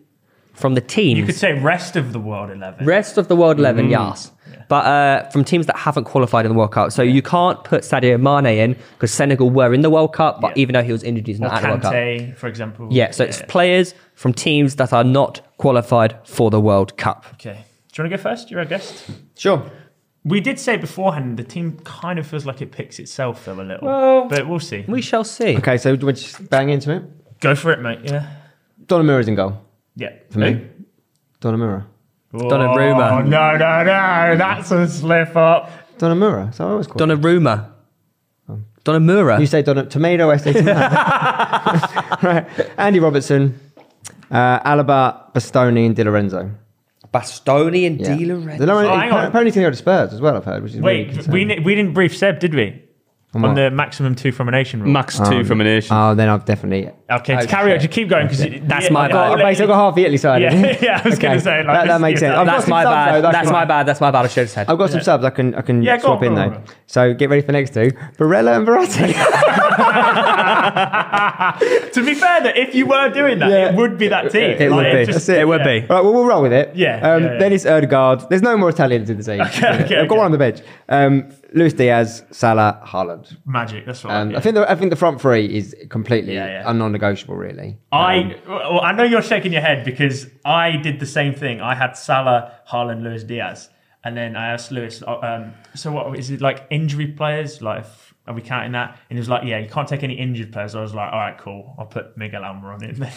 A: from the teams.
B: you could Mm-hmm. say rest of the world eleven.
A: Rest of the world 11, yes. But uh, from teams that haven't qualified in the World Cup. So you can't put Sadio Mane in because Senegal were in the World Cup, but
B: Yeah.
A: even though he was injured, he's
B: or
A: not at the World Cup.
B: Kante, for example.
A: Yeah, so it's players from teams that are not qualified for the World Cup.
B: okay. Do you want to go first? You're our guest.
C: Sure.
B: We did say beforehand the team kind of feels like it picks itself though a little,
A: Well-
B: but we'll see.
A: We shall see.
C: Okay, so do we just bang into it?
B: Go for it, mate. Yeah,
C: Donnarumma's in goal
B: yeah.
C: for me. Donnarumma.
A: Donnarumma.
B: Oh, no, no, no. That's a slip up.
C: Donnarumma. So I always call.
A: Donnarumma. Hmm.
C: You
A: Donnarumma.
C: say Donna tomato, I say tomato. right. Andy Robertson, uh, Alaba, Bastoni, and Di Lorenzo.
A: Bastoni and
C: Yeah.
A: Di
C: Di
A: Lorenzo.
C: Lorenzo-
B: Oh, hang on.
C: Apparently, he's going to Spurs as well. I've heard, which is really
B: Wait, we,
C: concerning.
B: ne- we didn't brief Seb, did we? On,
C: what?
B: the maximum two from a nation rule.
D: Max
A: Um,
D: two from a nation.
A: uh,
C: Oh, then I've definitely.
B: okay,
C: Oh,
B: carry on.
C: shit.
B: Just keep going because
A: That's my
C: I've got,
A: bad.
C: I've basically got half the Italy side.
B: Yeah,
C: isn't it?
B: yeah, I was gonna say, like,
C: that, that
B: this-
C: makes
B: yeah,
C: sense. I've got
A: That's
C: some
A: my
C: subs,
A: bad.
C: though,
A: That's, my
C: fine.
A: bad. That's my bad. I should have said.
C: I've got some subs I can I can
B: Yeah, go
C: swap
B: on,
C: in
B: go on,
C: though.
B: go on.
C: So get ready for next two. Barella and Verratti.
B: To be fair, that if you were doing that,
C: Yeah.
B: it would be that team.
C: It would be. That's it. It
A: would be.
C: All right, well, we'll roll with it.
B: Yeah,
C: Um,
B: yeah, yeah.
C: Then it's Erdegaard. There's no more Italians in the team.
B: Okay, okay,
C: I've got
B: okay.
C: one on the bench. Um, Luis Diaz, Salah, Haaland.
B: Magic. That's what
C: Um,
B: I,
C: I think the, I think the front three is completely
B: Yeah, yeah.
C: non-negotiable, really. Um,
B: I well, I know you're shaking your head because I did the same thing. I had Salah, Haaland, Luis Diaz, and then I asked Luis, oh, um, "So what is it like injury players? Like if- are we counting that?" And he was like, "Yeah, you can't take any injured players." I was like, "All right, cool. I'll put Miguel Almiron in." then."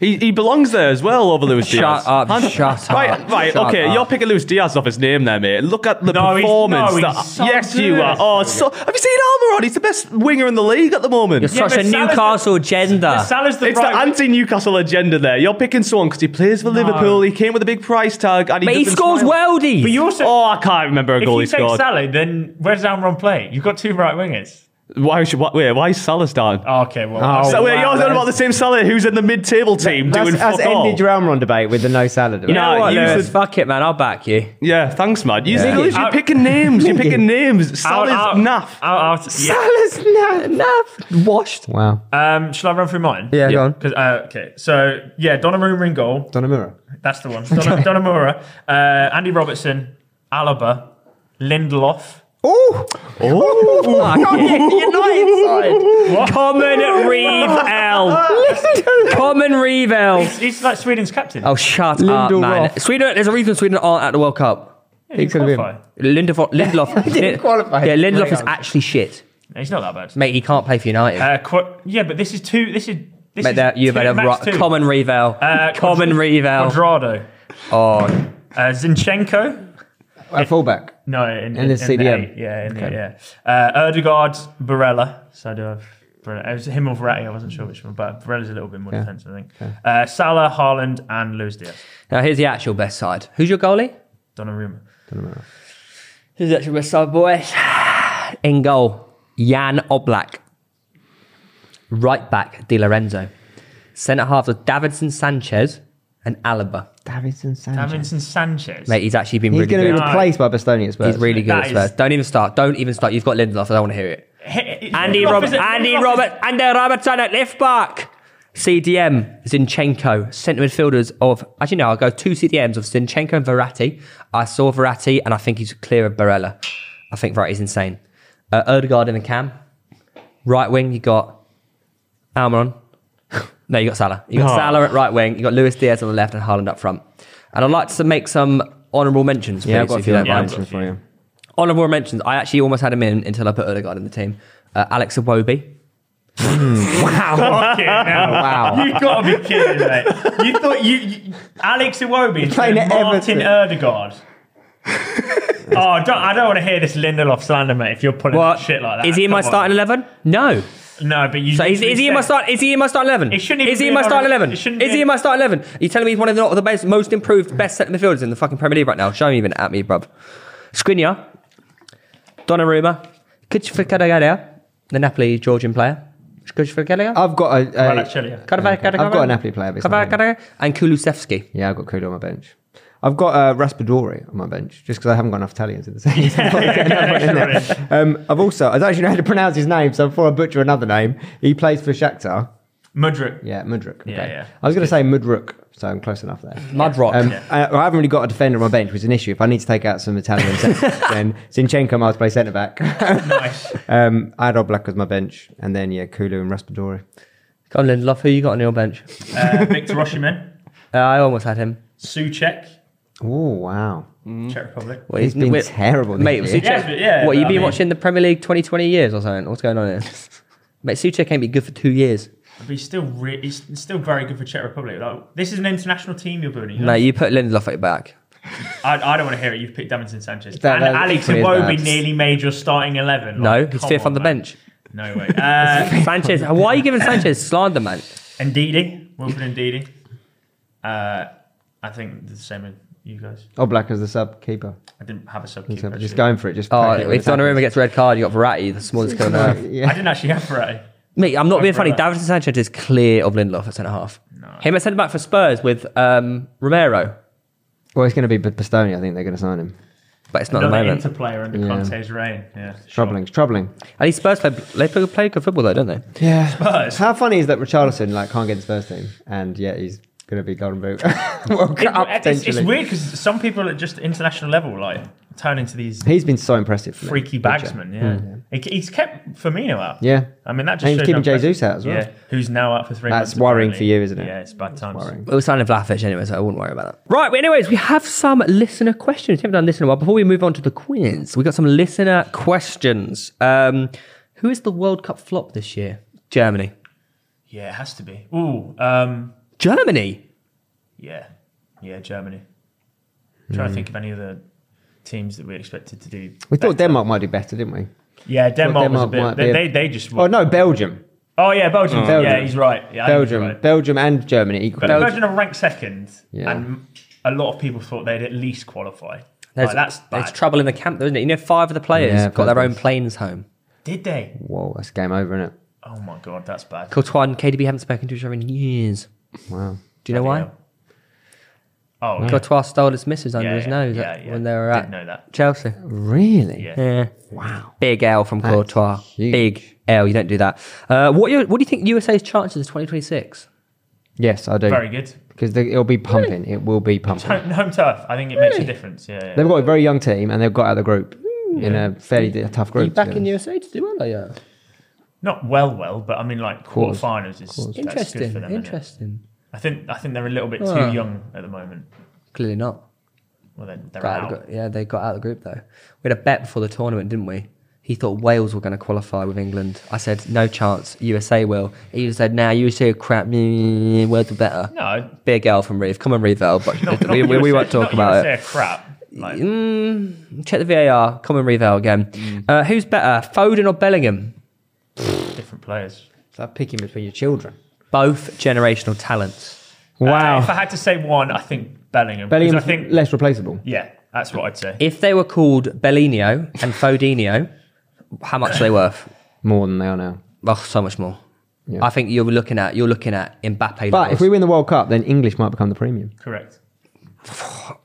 D: He, he belongs there as well over Luis Diaz.
A: Shut up. Shut up.
D: Right, right,
A: Shut
D: okay.
A: up.
D: You're picking Luis Diaz off his name there, mate. Look at the
B: No, he's-
D: performance.
B: no, he's
D: that-
B: so
D: yes,
B: good.
D: you are. Oh, so, have you seen Almiron? He's the best winger in the league at the moment.
A: You're such
B: but
A: a
B: Salah's the-
A: Newcastle agenda.
B: Salah's Ah. the
D: It's
B: right.
D: the anti Newcastle agenda there. You're picking someone because he plays for Liverpool. He came with a big price tag, and he
A: But he
D: doesn't
A: scores
D: smile.
A: weldy.
B: but you also,
D: Oh, I can't remember a
B: if
D: goal
B: you
D: he
B: take
D: scored.
B: Salah, then where does Almiron play? You've got two right wingers.
D: why should why, wait? Why is Salah starting?
B: Oh, okay, well,
C: Oh,
D: Ah, so wait,
C: wow,
D: you're talking about the same Salah who's in the mid-table team
C: That's,
D: doing
C: that's
D: fuck all.
C: ended your Almiron debate with the no salad.
D: You know
A: know
D: what,
A: what,
D: you
A: Lewis?
D: should-
A: Fuck it, man. I'll back you.
D: Yeah, thanks, man. You,
C: Yeah.
D: You're
B: Out-
D: picking names. You're picking names.
B: Out-
D: Salah's
B: out-
D: naff.
B: out- out- yeah.
A: Salah's na- naff. Washed.
C: wow.
B: Um, shall I run through mine?
C: Yeah, go on.
B: 'Cause, uh, okay, so yeah, Donnarumma in goal.
C: Donnarumma.
B: That's the one. Donna, Donnarumma, uh, Andy Robertson, Alaba, Lindelof.
C: Oh,
A: United side. Common Reeve L. Common Reeve L.
B: He's like Sweden's captain.
A: Oh, shut up,
C: Lindelof.
A: man. Sweden, there's a reason Sweden aren't at the World Cup.
B: Yeah, he
C: he's gonna be-
B: qualified.
A: Lindelof, Lindelof
C: didn't qualify.
A: Yeah, Lindelof
C: Hang
A: is
C: on.
A: actually shit,
B: No, He's not that bad.
A: mate. He can't play for United.
B: Uh, qu- yeah, but this is two. This is this
A: mate,
B: is
A: that you've
B: two,
A: had a
B: max
A: ro-
B: two.
A: common Reeve L.
B: Uh,
A: common
B: Quadra-
A: Reeve L.
B: Quadrado,
A: Oh,
B: uh, Zinchenko.
C: a fullback.
B: No, in,
C: And the
B: in
C: CDM.
B: eight, Yeah, in the, yeah. Uh, Erdegaard, Barella. So do I. Brilliant. It was him or Verratti. I wasn't sure which one, but Varela's a little bit more
C: Yeah.
B: defensive, I think. Uh, Salah, Haaland, and Luis Diaz.
A: Now, here's the actual best side. Who's your goalie?
B: Donnarumma.
A: Who's the actual best side, boys? In goal, Jan Oblak. Right back, Di Lorenzo. Centre halves of Davidson Sanchez and Alaba.
C: Davidson Sanchez.
B: Davinson Sanchez.
A: Mate, he's actually been
C: He's
A: really
C: going to
A: good.
C: be replaced by Bastoni at Spurs.
A: He's really good
B: That
A: at Spurs.
B: is-
A: Don't even start. Don't even start. You've got Lindelof. I don't want to hear it. Andy
B: Rob-
A: Roberts. Andy Roberts. Andy Robertson at left back. CDM Zinchenko. Centre midfielders of actually no, I'll go two CDMs of Zinchenko and Verratti. I saw Verratti and I think he's clear of Barella. I think Verratti's insane. Uh, Odegaard in the cam. Right wing, you got Almiron. no, you got Salah. You got
D: Oh.
A: Salah at right wing. You got Luis Diaz on the left and Haaland up front. And I'd like to make some honourable mentions, please,
C: Yeah, I've got a
A: if you
C: few
A: don't
B: Yeah,
A: mind.
B: I've got a
C: mentions for
B: few.
C: you.
A: Honourable mentions. I actually almost had him in until I put Odegaard in the team. Uh, Alex Awobi.
B: Fuck it now.
C: Wow.
B: You've got to be kidding, mate. You thought you, you Alex Iwobi is
C: Playing at
B: Martin
C: Everton.
B: Erdegaard. oh, don't, I don't want to hear this Lindelof slander, mate. If you're pulling shit like that,
A: Is he in my
B: Come on.
A: starting eleven? No.
B: No, but you.
A: So is, is he in my start? Is he in my starting eleven?
B: It shouldn't even
A: Is he
B: be
A: in my
B: an
A: starting
B: honourable-
A: eleven?
B: it
A: Is
B: shouldn't be
A: he
B: a-
A: in my starting eleven? Are you telling me he's one of the, not the best, most improved, best centre midfielders in the fucking Premier League right now? Show me even at me, bruv. Skriniar, Donnarumma, Kitchfikadagada, the Napoli Georgian player. Kitchfikadagada.
C: I've got a. a-
B: actually, yeah.
C: Oh. I've got a Napoli player, but it's not him.
A: And Kulusevski.
C: Yeah, I've got Kudo on my bench. I've got uh, Raspadori on my bench just because I haven't got enough Italians in the same. um, I've also I don't actually know how to pronounce his name, so before I butcher another name, he plays for Shakhtar.
B: Mudrick.
C: Yeah, Mudruk. Okay.
B: Yeah, yeah.
C: I was going to say Mudruk, so I'm close enough there.
A: Mudrock.
C: Um, I, I haven't really got a defender on my bench, which is an issue. If I need to take out some Italian centre, then Zinchenko might play centre back.
B: Nice.
C: um, I had Oblak as my bench, and then yeah, Kulu and Raspadori.
A: Go on, Lindelof. Who you got on your bench?
B: Uh, Victor Osimhen,
A: Uh, I almost had him.
B: Suchek,
C: Oh wow,
A: Mm.
B: Czech Republic.
A: What,
C: He's been terrible this
A: mate.
C: year.
A: Suchek,
B: Yes, but yeah,
A: what
B: but
A: you
B: I
A: been
B: mean-
A: watching the Premier League 2020 years or something? What's going on here? mate, Suchek ain't been good for two years.
B: But he's still re- he's still very good for Czech Republic. Like, this is an international team you're building.
A: No, you put Lindelof at your back.
B: I, I don't want to hear it. You've picked Davinson Sanchez
C: That-
B: and
C: that's
B: Alex
C: pretty
B: Iwobi
C: bad.
B: nearly made your starting eleven.
A: No,
B: Like,
A: he's
B: Oh, come
A: fifth on the
B: mate.
A: bench.
B: No way. Uh,
A: Sanchez, why are you giving Sanchez slander, man?
B: Ndidi, Wilfred Ndidi. Uh, I think the same as you guys.
C: Oblak as the sub keeper.
B: I didn't have a sub
C: So
B: keeper.
C: just
B: actually.
C: going for it. Just
A: Oh,
C: pack it with
A: if Donnarumma
C: attackers.
A: gets red card, you got Verratti, the smallest kid on earth.
C: Yeah.
B: I didn't actually have Ferrari.
A: Mate, I'm not being funny.
B: Verratti.
A: Davidson Sanchez is clear of Lindelof at centre half.
B: No.
A: Him at centre back for Spurs with um, Romero,
C: Well, it's going to be B- Bastoni. I think they're going to sign him.
A: but it's not at the
B: Another
A: moment.
B: interplayer under
C: Yeah.
B: Conte's reign. Yeah, sure.
C: Troubling. It's troubling.
A: At least Spurs play, they play, play good football though, don't they?
C: Yeah.
B: Spurs.
C: How funny is that Richarlison like can't get his first team, and yet he's going to be Golden Boot World
B: It-
C: Cup
B: it's, it's
C: potentially.
B: weird because some people at just international level like turn into these
C: He's been so impressive. for me,
B: freaky
C: Richar.
B: bagsmen. Yeah,
A: Hmm.
B: He- he's kept Firmino out.
C: Yeah.
B: I mean that just
C: And he's
B: shows
C: keeping
B: how impressive-
C: Jesus out as well.
B: Yeah, who's now out for three?
C: That's
B: months,
C: worrying
B: apparently.
C: for you, isn't it?
B: Yeah, it's bad times.
C: worrying.
A: We'll sign Vlahovic anyway, so I wouldn't worry about that. Right, but anyways, we have some listener questions. We haven't done this in a while. Before we move on to the quiz, we got some listener questions. Um, who is the World Cup flop this year? Germany.
B: Yeah, it has to be. Ooh, um,
A: Germany?
B: yeah, yeah, Germany. I'm trying to think of any other teams that we expected to do.
C: Hmm. We thought Denmark might do better, didn't we?
B: Yeah, Denmark,
C: Denmark
B: was a
C: might
B: bit. They,
C: be
B: they, they
C: a-
B: just.
C: Oh no, Belgium,
B: Oh yeah, Belgium. Yeah,
C: Belgium.
B: he's right. Yeah, I think he's
C: Belgium,
B: right.
C: Belgium, and Germany
B: But
C: equally.
B: Belgium are ranked second,
C: Yeah.
B: and a lot of people thought they'd at least qualify.
A: There's,
B: Like, that's bad.
A: there's trouble in the camp, though, isn't it? You know, five of the players
C: Yeah,
A: got their
C: five
A: own
C: is.
A: planes home.
B: Did they?
C: Whoa, that's game over, isn't it?
B: Oh my god, that's bad.
A: Courtois and KDB haven't spoken to each other in years.
C: Wow.
A: Do you know why?
B: Oh, yeah.
A: Courtois stole his missus under
B: Yeah,
A: his
B: yeah,
A: nose
B: yeah,
A: at-
B: yeah.
A: when they were
B: Didn't
A: at
B: know that.
A: Chelsea.
C: Really?
B: Yeah.
A: Yeah. Wow. Big L from Courtois.
C: huge.
A: Big L. You don't do that. Uh, what, you, what do you think USA's chances is 2026?
C: Yes, I do.
B: Very good.
C: Because it'll be pumping. It will be pumping.
B: Home, home turf. I think it makes a difference. Yeah. yeah.
C: They've got a very young team, and they've got out of the group in a fairly d- tough group. to be honest.
A: USA to do well, are you?
B: Not well, well, but I mean, like
C: Course.
B: quarterfinals is that's good
A: Interesting.
B: for them. isn't it?
A: Interesting.
B: I think I think they're a little bit too
A: Ah.
B: young at the moment.
A: Clearly not.
B: Well, then they're
A: Got out of
B: out.
A: the group- yeah, they got out of the group though. We had a bet before the tournament, didn't we? He thought Wales were going to qualify with England. I said no chance. USA will. He said, "Nah, USA are crap. Wales are better."
B: No,
A: Big L from Reeve. Come on, Reeve L. But
B: not,
A: we,
B: not
A: we, we
B: USA
A: won't talk
B: not
A: about it.
B: USA crap. Like,
A: Mm, check the VAR. Come and reveal again. Uh, who's better, Foden or Bellingham?
B: different players.
C: It's like picking between your children.
A: Both generational talents.
C: Wow.
B: Uh, if I had to say one, I think Bellingham.
C: Bellingham,
B: Bellingham. I think,
C: less replaceable.
B: yeah, that's what I'd say.
A: If they were called Bellinio and Fodinho, how much are they worth?
C: More than they are now.
A: Oh, so much more.
C: Yeah.
A: I think you're looking at you're looking at Mbappe.
C: But if we win the World Cup, then English might become the premium.
B: Correct.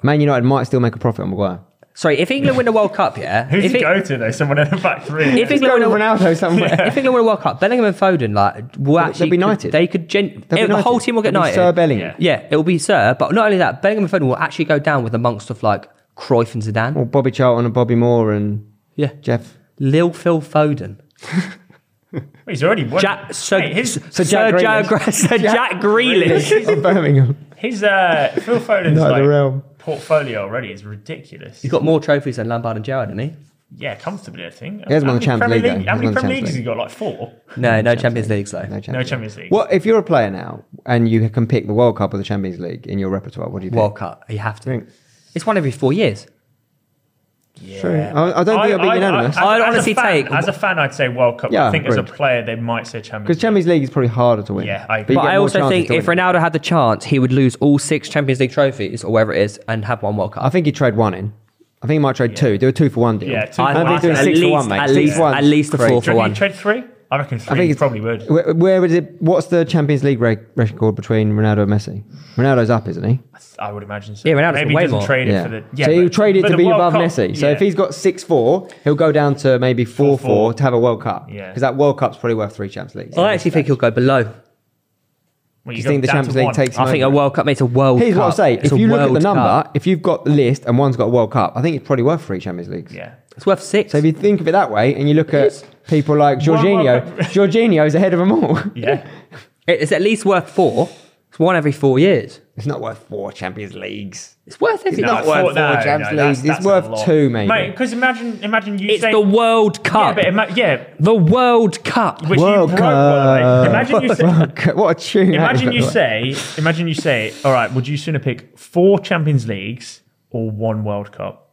C: Man United might still make a profit on Maguire.
A: sorry, if England win the World Cup, yeah.
B: Who's
A: if
B: he
A: it-
B: go to though? Someone in the back three.
A: If England, win a,
C: Ronaldo somewhere.
A: if England win a World Cup, Bellingham and Foden like will actually
C: be
A: could-
C: knighted.
A: They could gen-
C: They'll be
A: the whole
C: knighted.
A: team will get
C: They'll be
A: knighted.
C: Sir Bellingham.
B: Yeah.
A: Yeah, it will be Sir, but not only that, Bellingham and Foden will actually go down with amongst of like Cruyff and Zidane.
C: Or Bobby Charlton and Bobby Moore and
A: Yeah,
C: Jeff.
A: Lil Phil Foden,
B: He's already won.
A: Jack, Sir,
B: Mate, his
A: Sir
C: Jack
A: Jack,
C: Grealish.
A: Gra- Sir Jack, Grealish.
C: of Birmingham.
B: his uh, Phil Foden's
C: Not the
B: like,
C: realm.
B: portfolio already is ridiculous.
A: He's got more trophies than Lampard and Gerrard, didn't he?
B: Yeah, comfortably, I think.
C: He hasn't
B: How
C: won
B: many
C: the Champions
B: Premier
C: League, though. He
B: How
C: hasn't
B: many
C: won the
B: Premier Leagues
C: Champions
B: has he got? Like four.
A: No, no Champions League, so.
C: No Champions,
B: No Champions League.
C: What if you're a player now and you can pick the World Cup or the Champions League in your repertoire? What do you pick?
A: World Cup, you have to.
C: Think.
A: It's one every four years.
B: Yeah.
C: True. I- I don't think it'll be unanimous.
B: as-
A: I'd
B: as a
A: honestly
B: fan-
A: take-
B: As a fan, I'd say World Cup.
C: Yeah,
B: I think as a
C: agreed.
B: player, they might say Champions.
C: Because Champions League is probably harder to win.
B: Yeah, I
C: you
B: agree.
A: But
C: get
A: I
C: more
A: also
C: chances
A: think
C: to
A: if
C: win.
A: Ronaldo had the chance, he would lose all six Champions League trophies or whatever it is and have one World Cup.
C: I think he'd trade one in. I think he might trade two. Do a two for one deal.
B: Yeah, two
C: I
B: for
C: think
B: one.
C: he's doing
B: At
C: six for
A: least-
C: one, mate.
A: at
C: Six
A: least-
C: for one.
A: at least the
C: Great.
A: four
B: Do
A: for
B: you
A: one.
B: reckon he'd trade three? I reckon three.
C: I think
B: he
C: it's-
B: probably would.
C: Where, where is it? What's the Champions League rec- record between Ronaldo and Messi? Ronaldo's up, isn't he?
B: I would imagine so.
A: Yeah, Ronaldo's got
B: Maybe he
A: way
B: doesn't
A: more.
B: trade it for the. Yeah,
C: so he'll
B: but-
C: trade it
B: but
C: to
B: the
C: be
B: World
C: above
B: Cup-
C: Messi. So
B: yeah.
C: if he's got six four, he'll go down to maybe four four to have a World Cup.
B: Yeah.
C: because that World Cup's probably worth three Champions Leagues.
A: I actually think he'll go below.
B: Well,
C: Do you
B: got
C: think the
B: down to
C: Champions League
B: one.
C: takes? him
A: I think a
C: over?
A: World Cup makes a World
C: Here's
A: Cup.
C: what I'll say:
A: It's
C: if
A: a
C: you look at the
A: World
C: number,
A: Cup.
C: if you've got the list and one's got a World Cup, I think it's probably worth three Champions Leagues.
B: Yeah.
A: it's worth six.
C: So if you think of it that way, and you look at people like
B: One World
C: Jorginho, Jorginho's ahead of them all.
B: Yeah.
A: It's at least worth four. It's one every four years.
C: It's not worth four Champions Leagues.
A: It's worth it.
C: not worth four Champions Leagues. It's worth two, maybe.
B: Mate, because imagine, imagine you
A: It's
B: say.
A: the World
B: yeah,
A: Cup.
B: but ima- yeah,
A: the World Cup.
B: which
C: World
B: you broke, by the way. Imagine you say,
C: World Cup. What a tune! that is,
B: imagine
C: by
B: you
C: the way.
B: say, imagine you say, all right, would you sooner pick four Champions Leagues or one World Cup?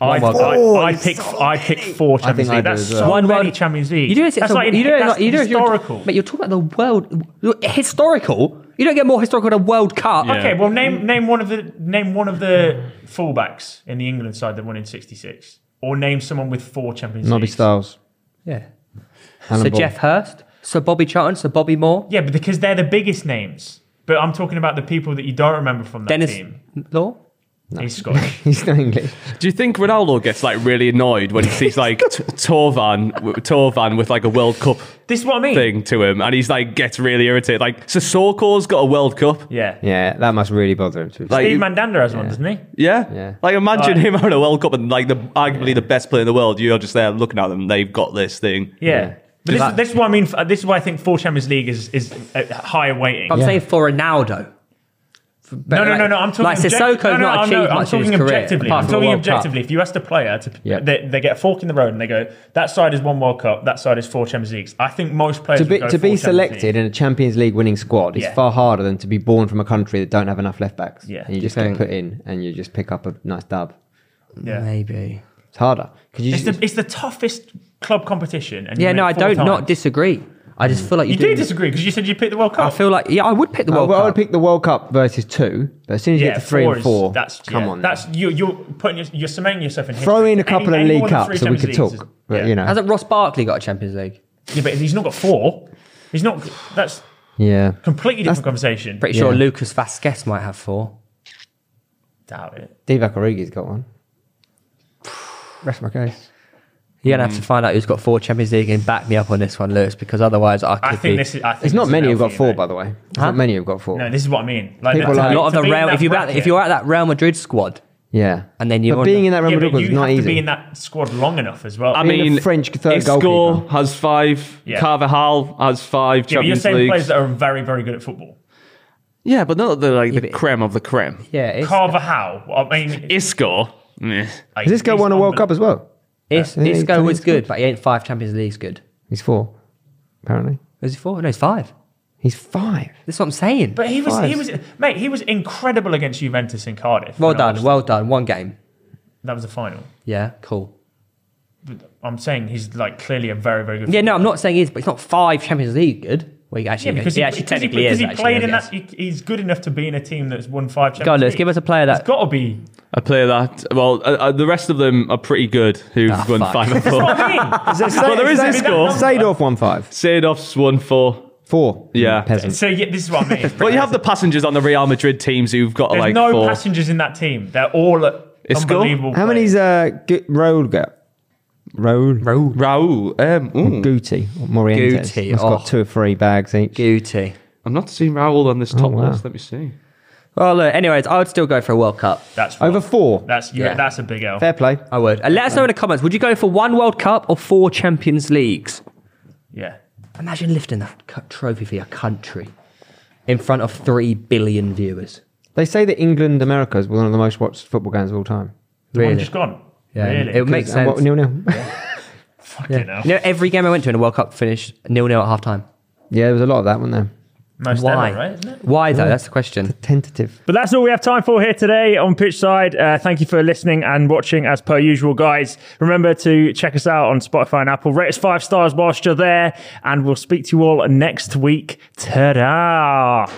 B: I
A: World Cup.
B: I pick I pick four
C: I
B: Champions
C: think I
B: League.
C: do
B: That's
C: as well.
B: so
A: One
B: many
A: World-
B: Champions League.
A: You do it.
B: That's
A: so-
B: like
A: you do it.
B: that's
A: like- you do it if you're-
B: historical.
A: But you're talking about the world. Historical. You don't get more historical than a World Cup.
D: Yeah.
B: Okay, well
A: Mm.
B: name name one of the name one of the fullbacks in the England side that won in '66, or name someone with four Champions
C: Nobby
B: Leagues.
C: Styles,
A: Yeah.
C: Alan
A: Sir
C: Ball.
A: Jeff Hurst, Sir Bobby Charlton, Sir Bobby Moore,
B: Yeah, but because they're the biggest names. But I'm talking about the people that you don't remember from that
A: Dennis
B: team.
A: Law.
B: He's Scottish.
C: He's not English.
D: Do you think Ronaldo gets like really annoyed when he sees like t- Torvan, w- Torvan with like a World Cup
B: this is what I mean.
D: thing to him, and he's like gets really irritated? Like Sissoko's got a World Cup.
B: Yeah.
C: Yeah, that must really bother him. To be
D: Like,
B: Steve Mandanda has one, doesn't he?
D: yeah,
C: Yeah.
D: Like imagine
B: Uh,
D: him having a World Cup and like the arguably the best player in the world. You're just there looking at them. They've got this thing.
B: Yeah.
C: Yeah.
B: But this, this is what I mean. uh, This is why I think four Champions League is is uh, higher weighting.
A: I'm
C: Yeah.
A: saying for Ronaldo. For- but
B: No, no,
A: like-
B: no, no. I'm talking
A: like
B: object-
A: Sissoko's
B: no, no,
A: not
B: I'm- no,
A: achieved
B: I'm
A: much in his
B: talking
A: career,
B: objectively.
A: apart
B: I'm
A: from a
B: talking
A: World Cup.
B: objectively. If you asked a player to,
C: Yeah.
B: they, they get a fork in the road and they go, that side is one World Cup, that side is four Champions Leagues. I think most players
C: to be,
B: would go four
C: to be
B: Champions
C: selected
B: League.
C: in a Champions League winning squad is
B: Yeah.
C: far harder than to be born from a country that don't have enough left backs.
B: Yeah.
C: and you
B: Do
C: just get put in and you just pick up a nice dub.
B: Yeah.
A: Maybe.
C: It's harder because you
B: It's
C: just,
B: the it's the toughest club competition. And you
A: Yeah,
B: win
A: no,
B: it
A: I
B: four
A: don't not
B: times.
A: disagree. I just feel like you,
B: You do disagree because you said you picked the World
A: I
B: Cup.
A: feel like yeah, I would pick the
C: Uh,
A: World
C: well, I would
A: Cup.
C: pick the World Cup versus two, but as soon as you
B: yeah,
C: get to three
B: four
C: and
B: is-
C: four,
B: that's
C: come
B: yeah,
C: on,
B: That's you. You're putting your, you're cementing yourself in.
C: throw
B: history.
C: in a couple
B: Any- any
C: of
B: more
C: league
B: than
C: cups
B: three
C: so we could
B: Champions
C: talk.
B: Leagues is-
C: but
B: yeah.
C: you know,
A: Hasn't Ross Barkley got a Champions League?
B: yeah, but he's not got four. He's not. That's
C: yeah,
B: completely different conversation.
A: Pretty
C: Yeah.
A: sure Lucas Vasquez might have four.
B: Doubt it.
C: Divock Origi's got one. Rest my case.
A: You're
B: Hmm.
A: gonna have to find out who's got four Champions League and back me up on this one, Lewis, because otherwise I could
B: I think
A: be.
B: this is. I think
C: It's not
B: this is
C: many who've
B: healthy,
C: got four,
B: mate.
C: by the way. It's Not many who've got four.
B: No, this is what I mean. Like,
C: People
B: to-
C: like-
A: a lot of
B: to
A: the
B: be in
A: Real.
B: that
A: If you're at,
B: bracket-
A: if you're at that Real Madrid squad,
C: Yeah,
A: And then you're
C: but
A: on
C: being
A: the-
C: in that Real
B: yeah,
C: Madrid
B: but
C: was
B: you
C: not
B: have to
C: easy.
B: be in that squad long enough as well.
D: I
C: Being a
D: mean,
C: French third
D: Isco
C: goalkeeper.
D: has five.
B: Yeah.
D: Carvajal has five
B: yeah, but you're
D: Champions
B: saying players
D: Leagues.
B: that are very, very good at football.
D: Yeah, but not the like the
A: but-
D: creme of the creme.
A: yeah, it's,
B: Carvajal. I mean,
D: Isco. meh.
B: like,
C: Has this guy
B: he's
C: won a World
B: unbe-
C: Cup as well?
A: it's,
C: Yeah,
A: Isco
C: Italian
A: was good,
C: squad.
A: but he ain't five Champions Leagues good.
C: He's four, apparently.
A: Is he four? No, he's five.
C: He's five.
A: That's what I'm saying.
B: But he was, he
C: Five.
B: was, mate, he was incredible against Juventus in Cardiff.
A: well
B: And I
A: done,
B: was-
A: well done. One game.
B: That was the final.
A: Yeah, cool.
B: but I'm saying he's like clearly a very, very good.
A: Yeah, no, I'm not saying he is, but he's not five Champions League good. Well, he
B: Yeah,
A: actually,
B: because
A: he,
B: he,
A: actually
B: because he-
A: technically
B: because
A: is.
B: he
A: actually,
B: played
A: I
B: in
A: guess.
B: that. He, he's good enough to be in a team that's won five. Champions
A: Go on, Lewis,
B: League.
A: give us a player
B: It's
A: that.
B: got to be.
D: A player that, well, uh, uh, the rest of them are pretty good who've
A: Ah,
D: won
A: fuck.
D: five and
B: What
D: four.
B: I mean.
D: Well, there is
B: Zay-
D: this goal.
C: Seydorf won five.
D: Seedorf's won four.
C: Four. Mm,
D: Yeah.
C: Peasant.
B: So yeah, this is what I mean.
D: Well, you have the passengers on the Real Madrid teams who've got
B: There's
D: like
B: no
D: four.
B: passengers in that team. They're all uh,
D: It's cool.
B: unbelievable.
C: How many's
B: players.
C: uh, G- Raul got? Raul?
A: Raul.
D: Raul, um, ooh,
C: Guti. or Morientes.
A: Guti,
C: That's
A: oh.
C: got two or three bags each.
A: Guti.
D: I'm not seeing Raul on this
A: Oh,
D: top
C: wow.
D: list. Let me see.
A: Well, look, anyways, I would still go for a World Cup.
B: That's
C: Over
B: one.
C: four.
B: That's yeah,
A: Yeah.
B: That's a big L.
C: Fair play.
A: I would. And let us know in the comments. Would you go for one World Cup or four Champions Leagues?
B: Yeah.
A: Imagine lifting that cu- trophy for your country in front of three billion viewers.
C: They say that England America is one of the most watched football games of all time.
B: The one just gone.
A: Yeah,
B: Really.
A: it makes sense.
C: Nil nil.
B: Fucking hell.
A: You know, every game I went to in a World Cup finished nil nil at half time.
C: Yeah, there was a lot of that, wasn't there?
B: Most
A: Why?
B: ever, right? Isn't it?
A: Why though? That's the question.
C: Tentative.
B: But that's all we have time for here today on Pitchside. Uh, thank you for listening and watching as per usual, guys. Remember to check us out on Spotify and Apple. Rate us five stars whilst you're there, and we'll speak to you all next week. Ta-da!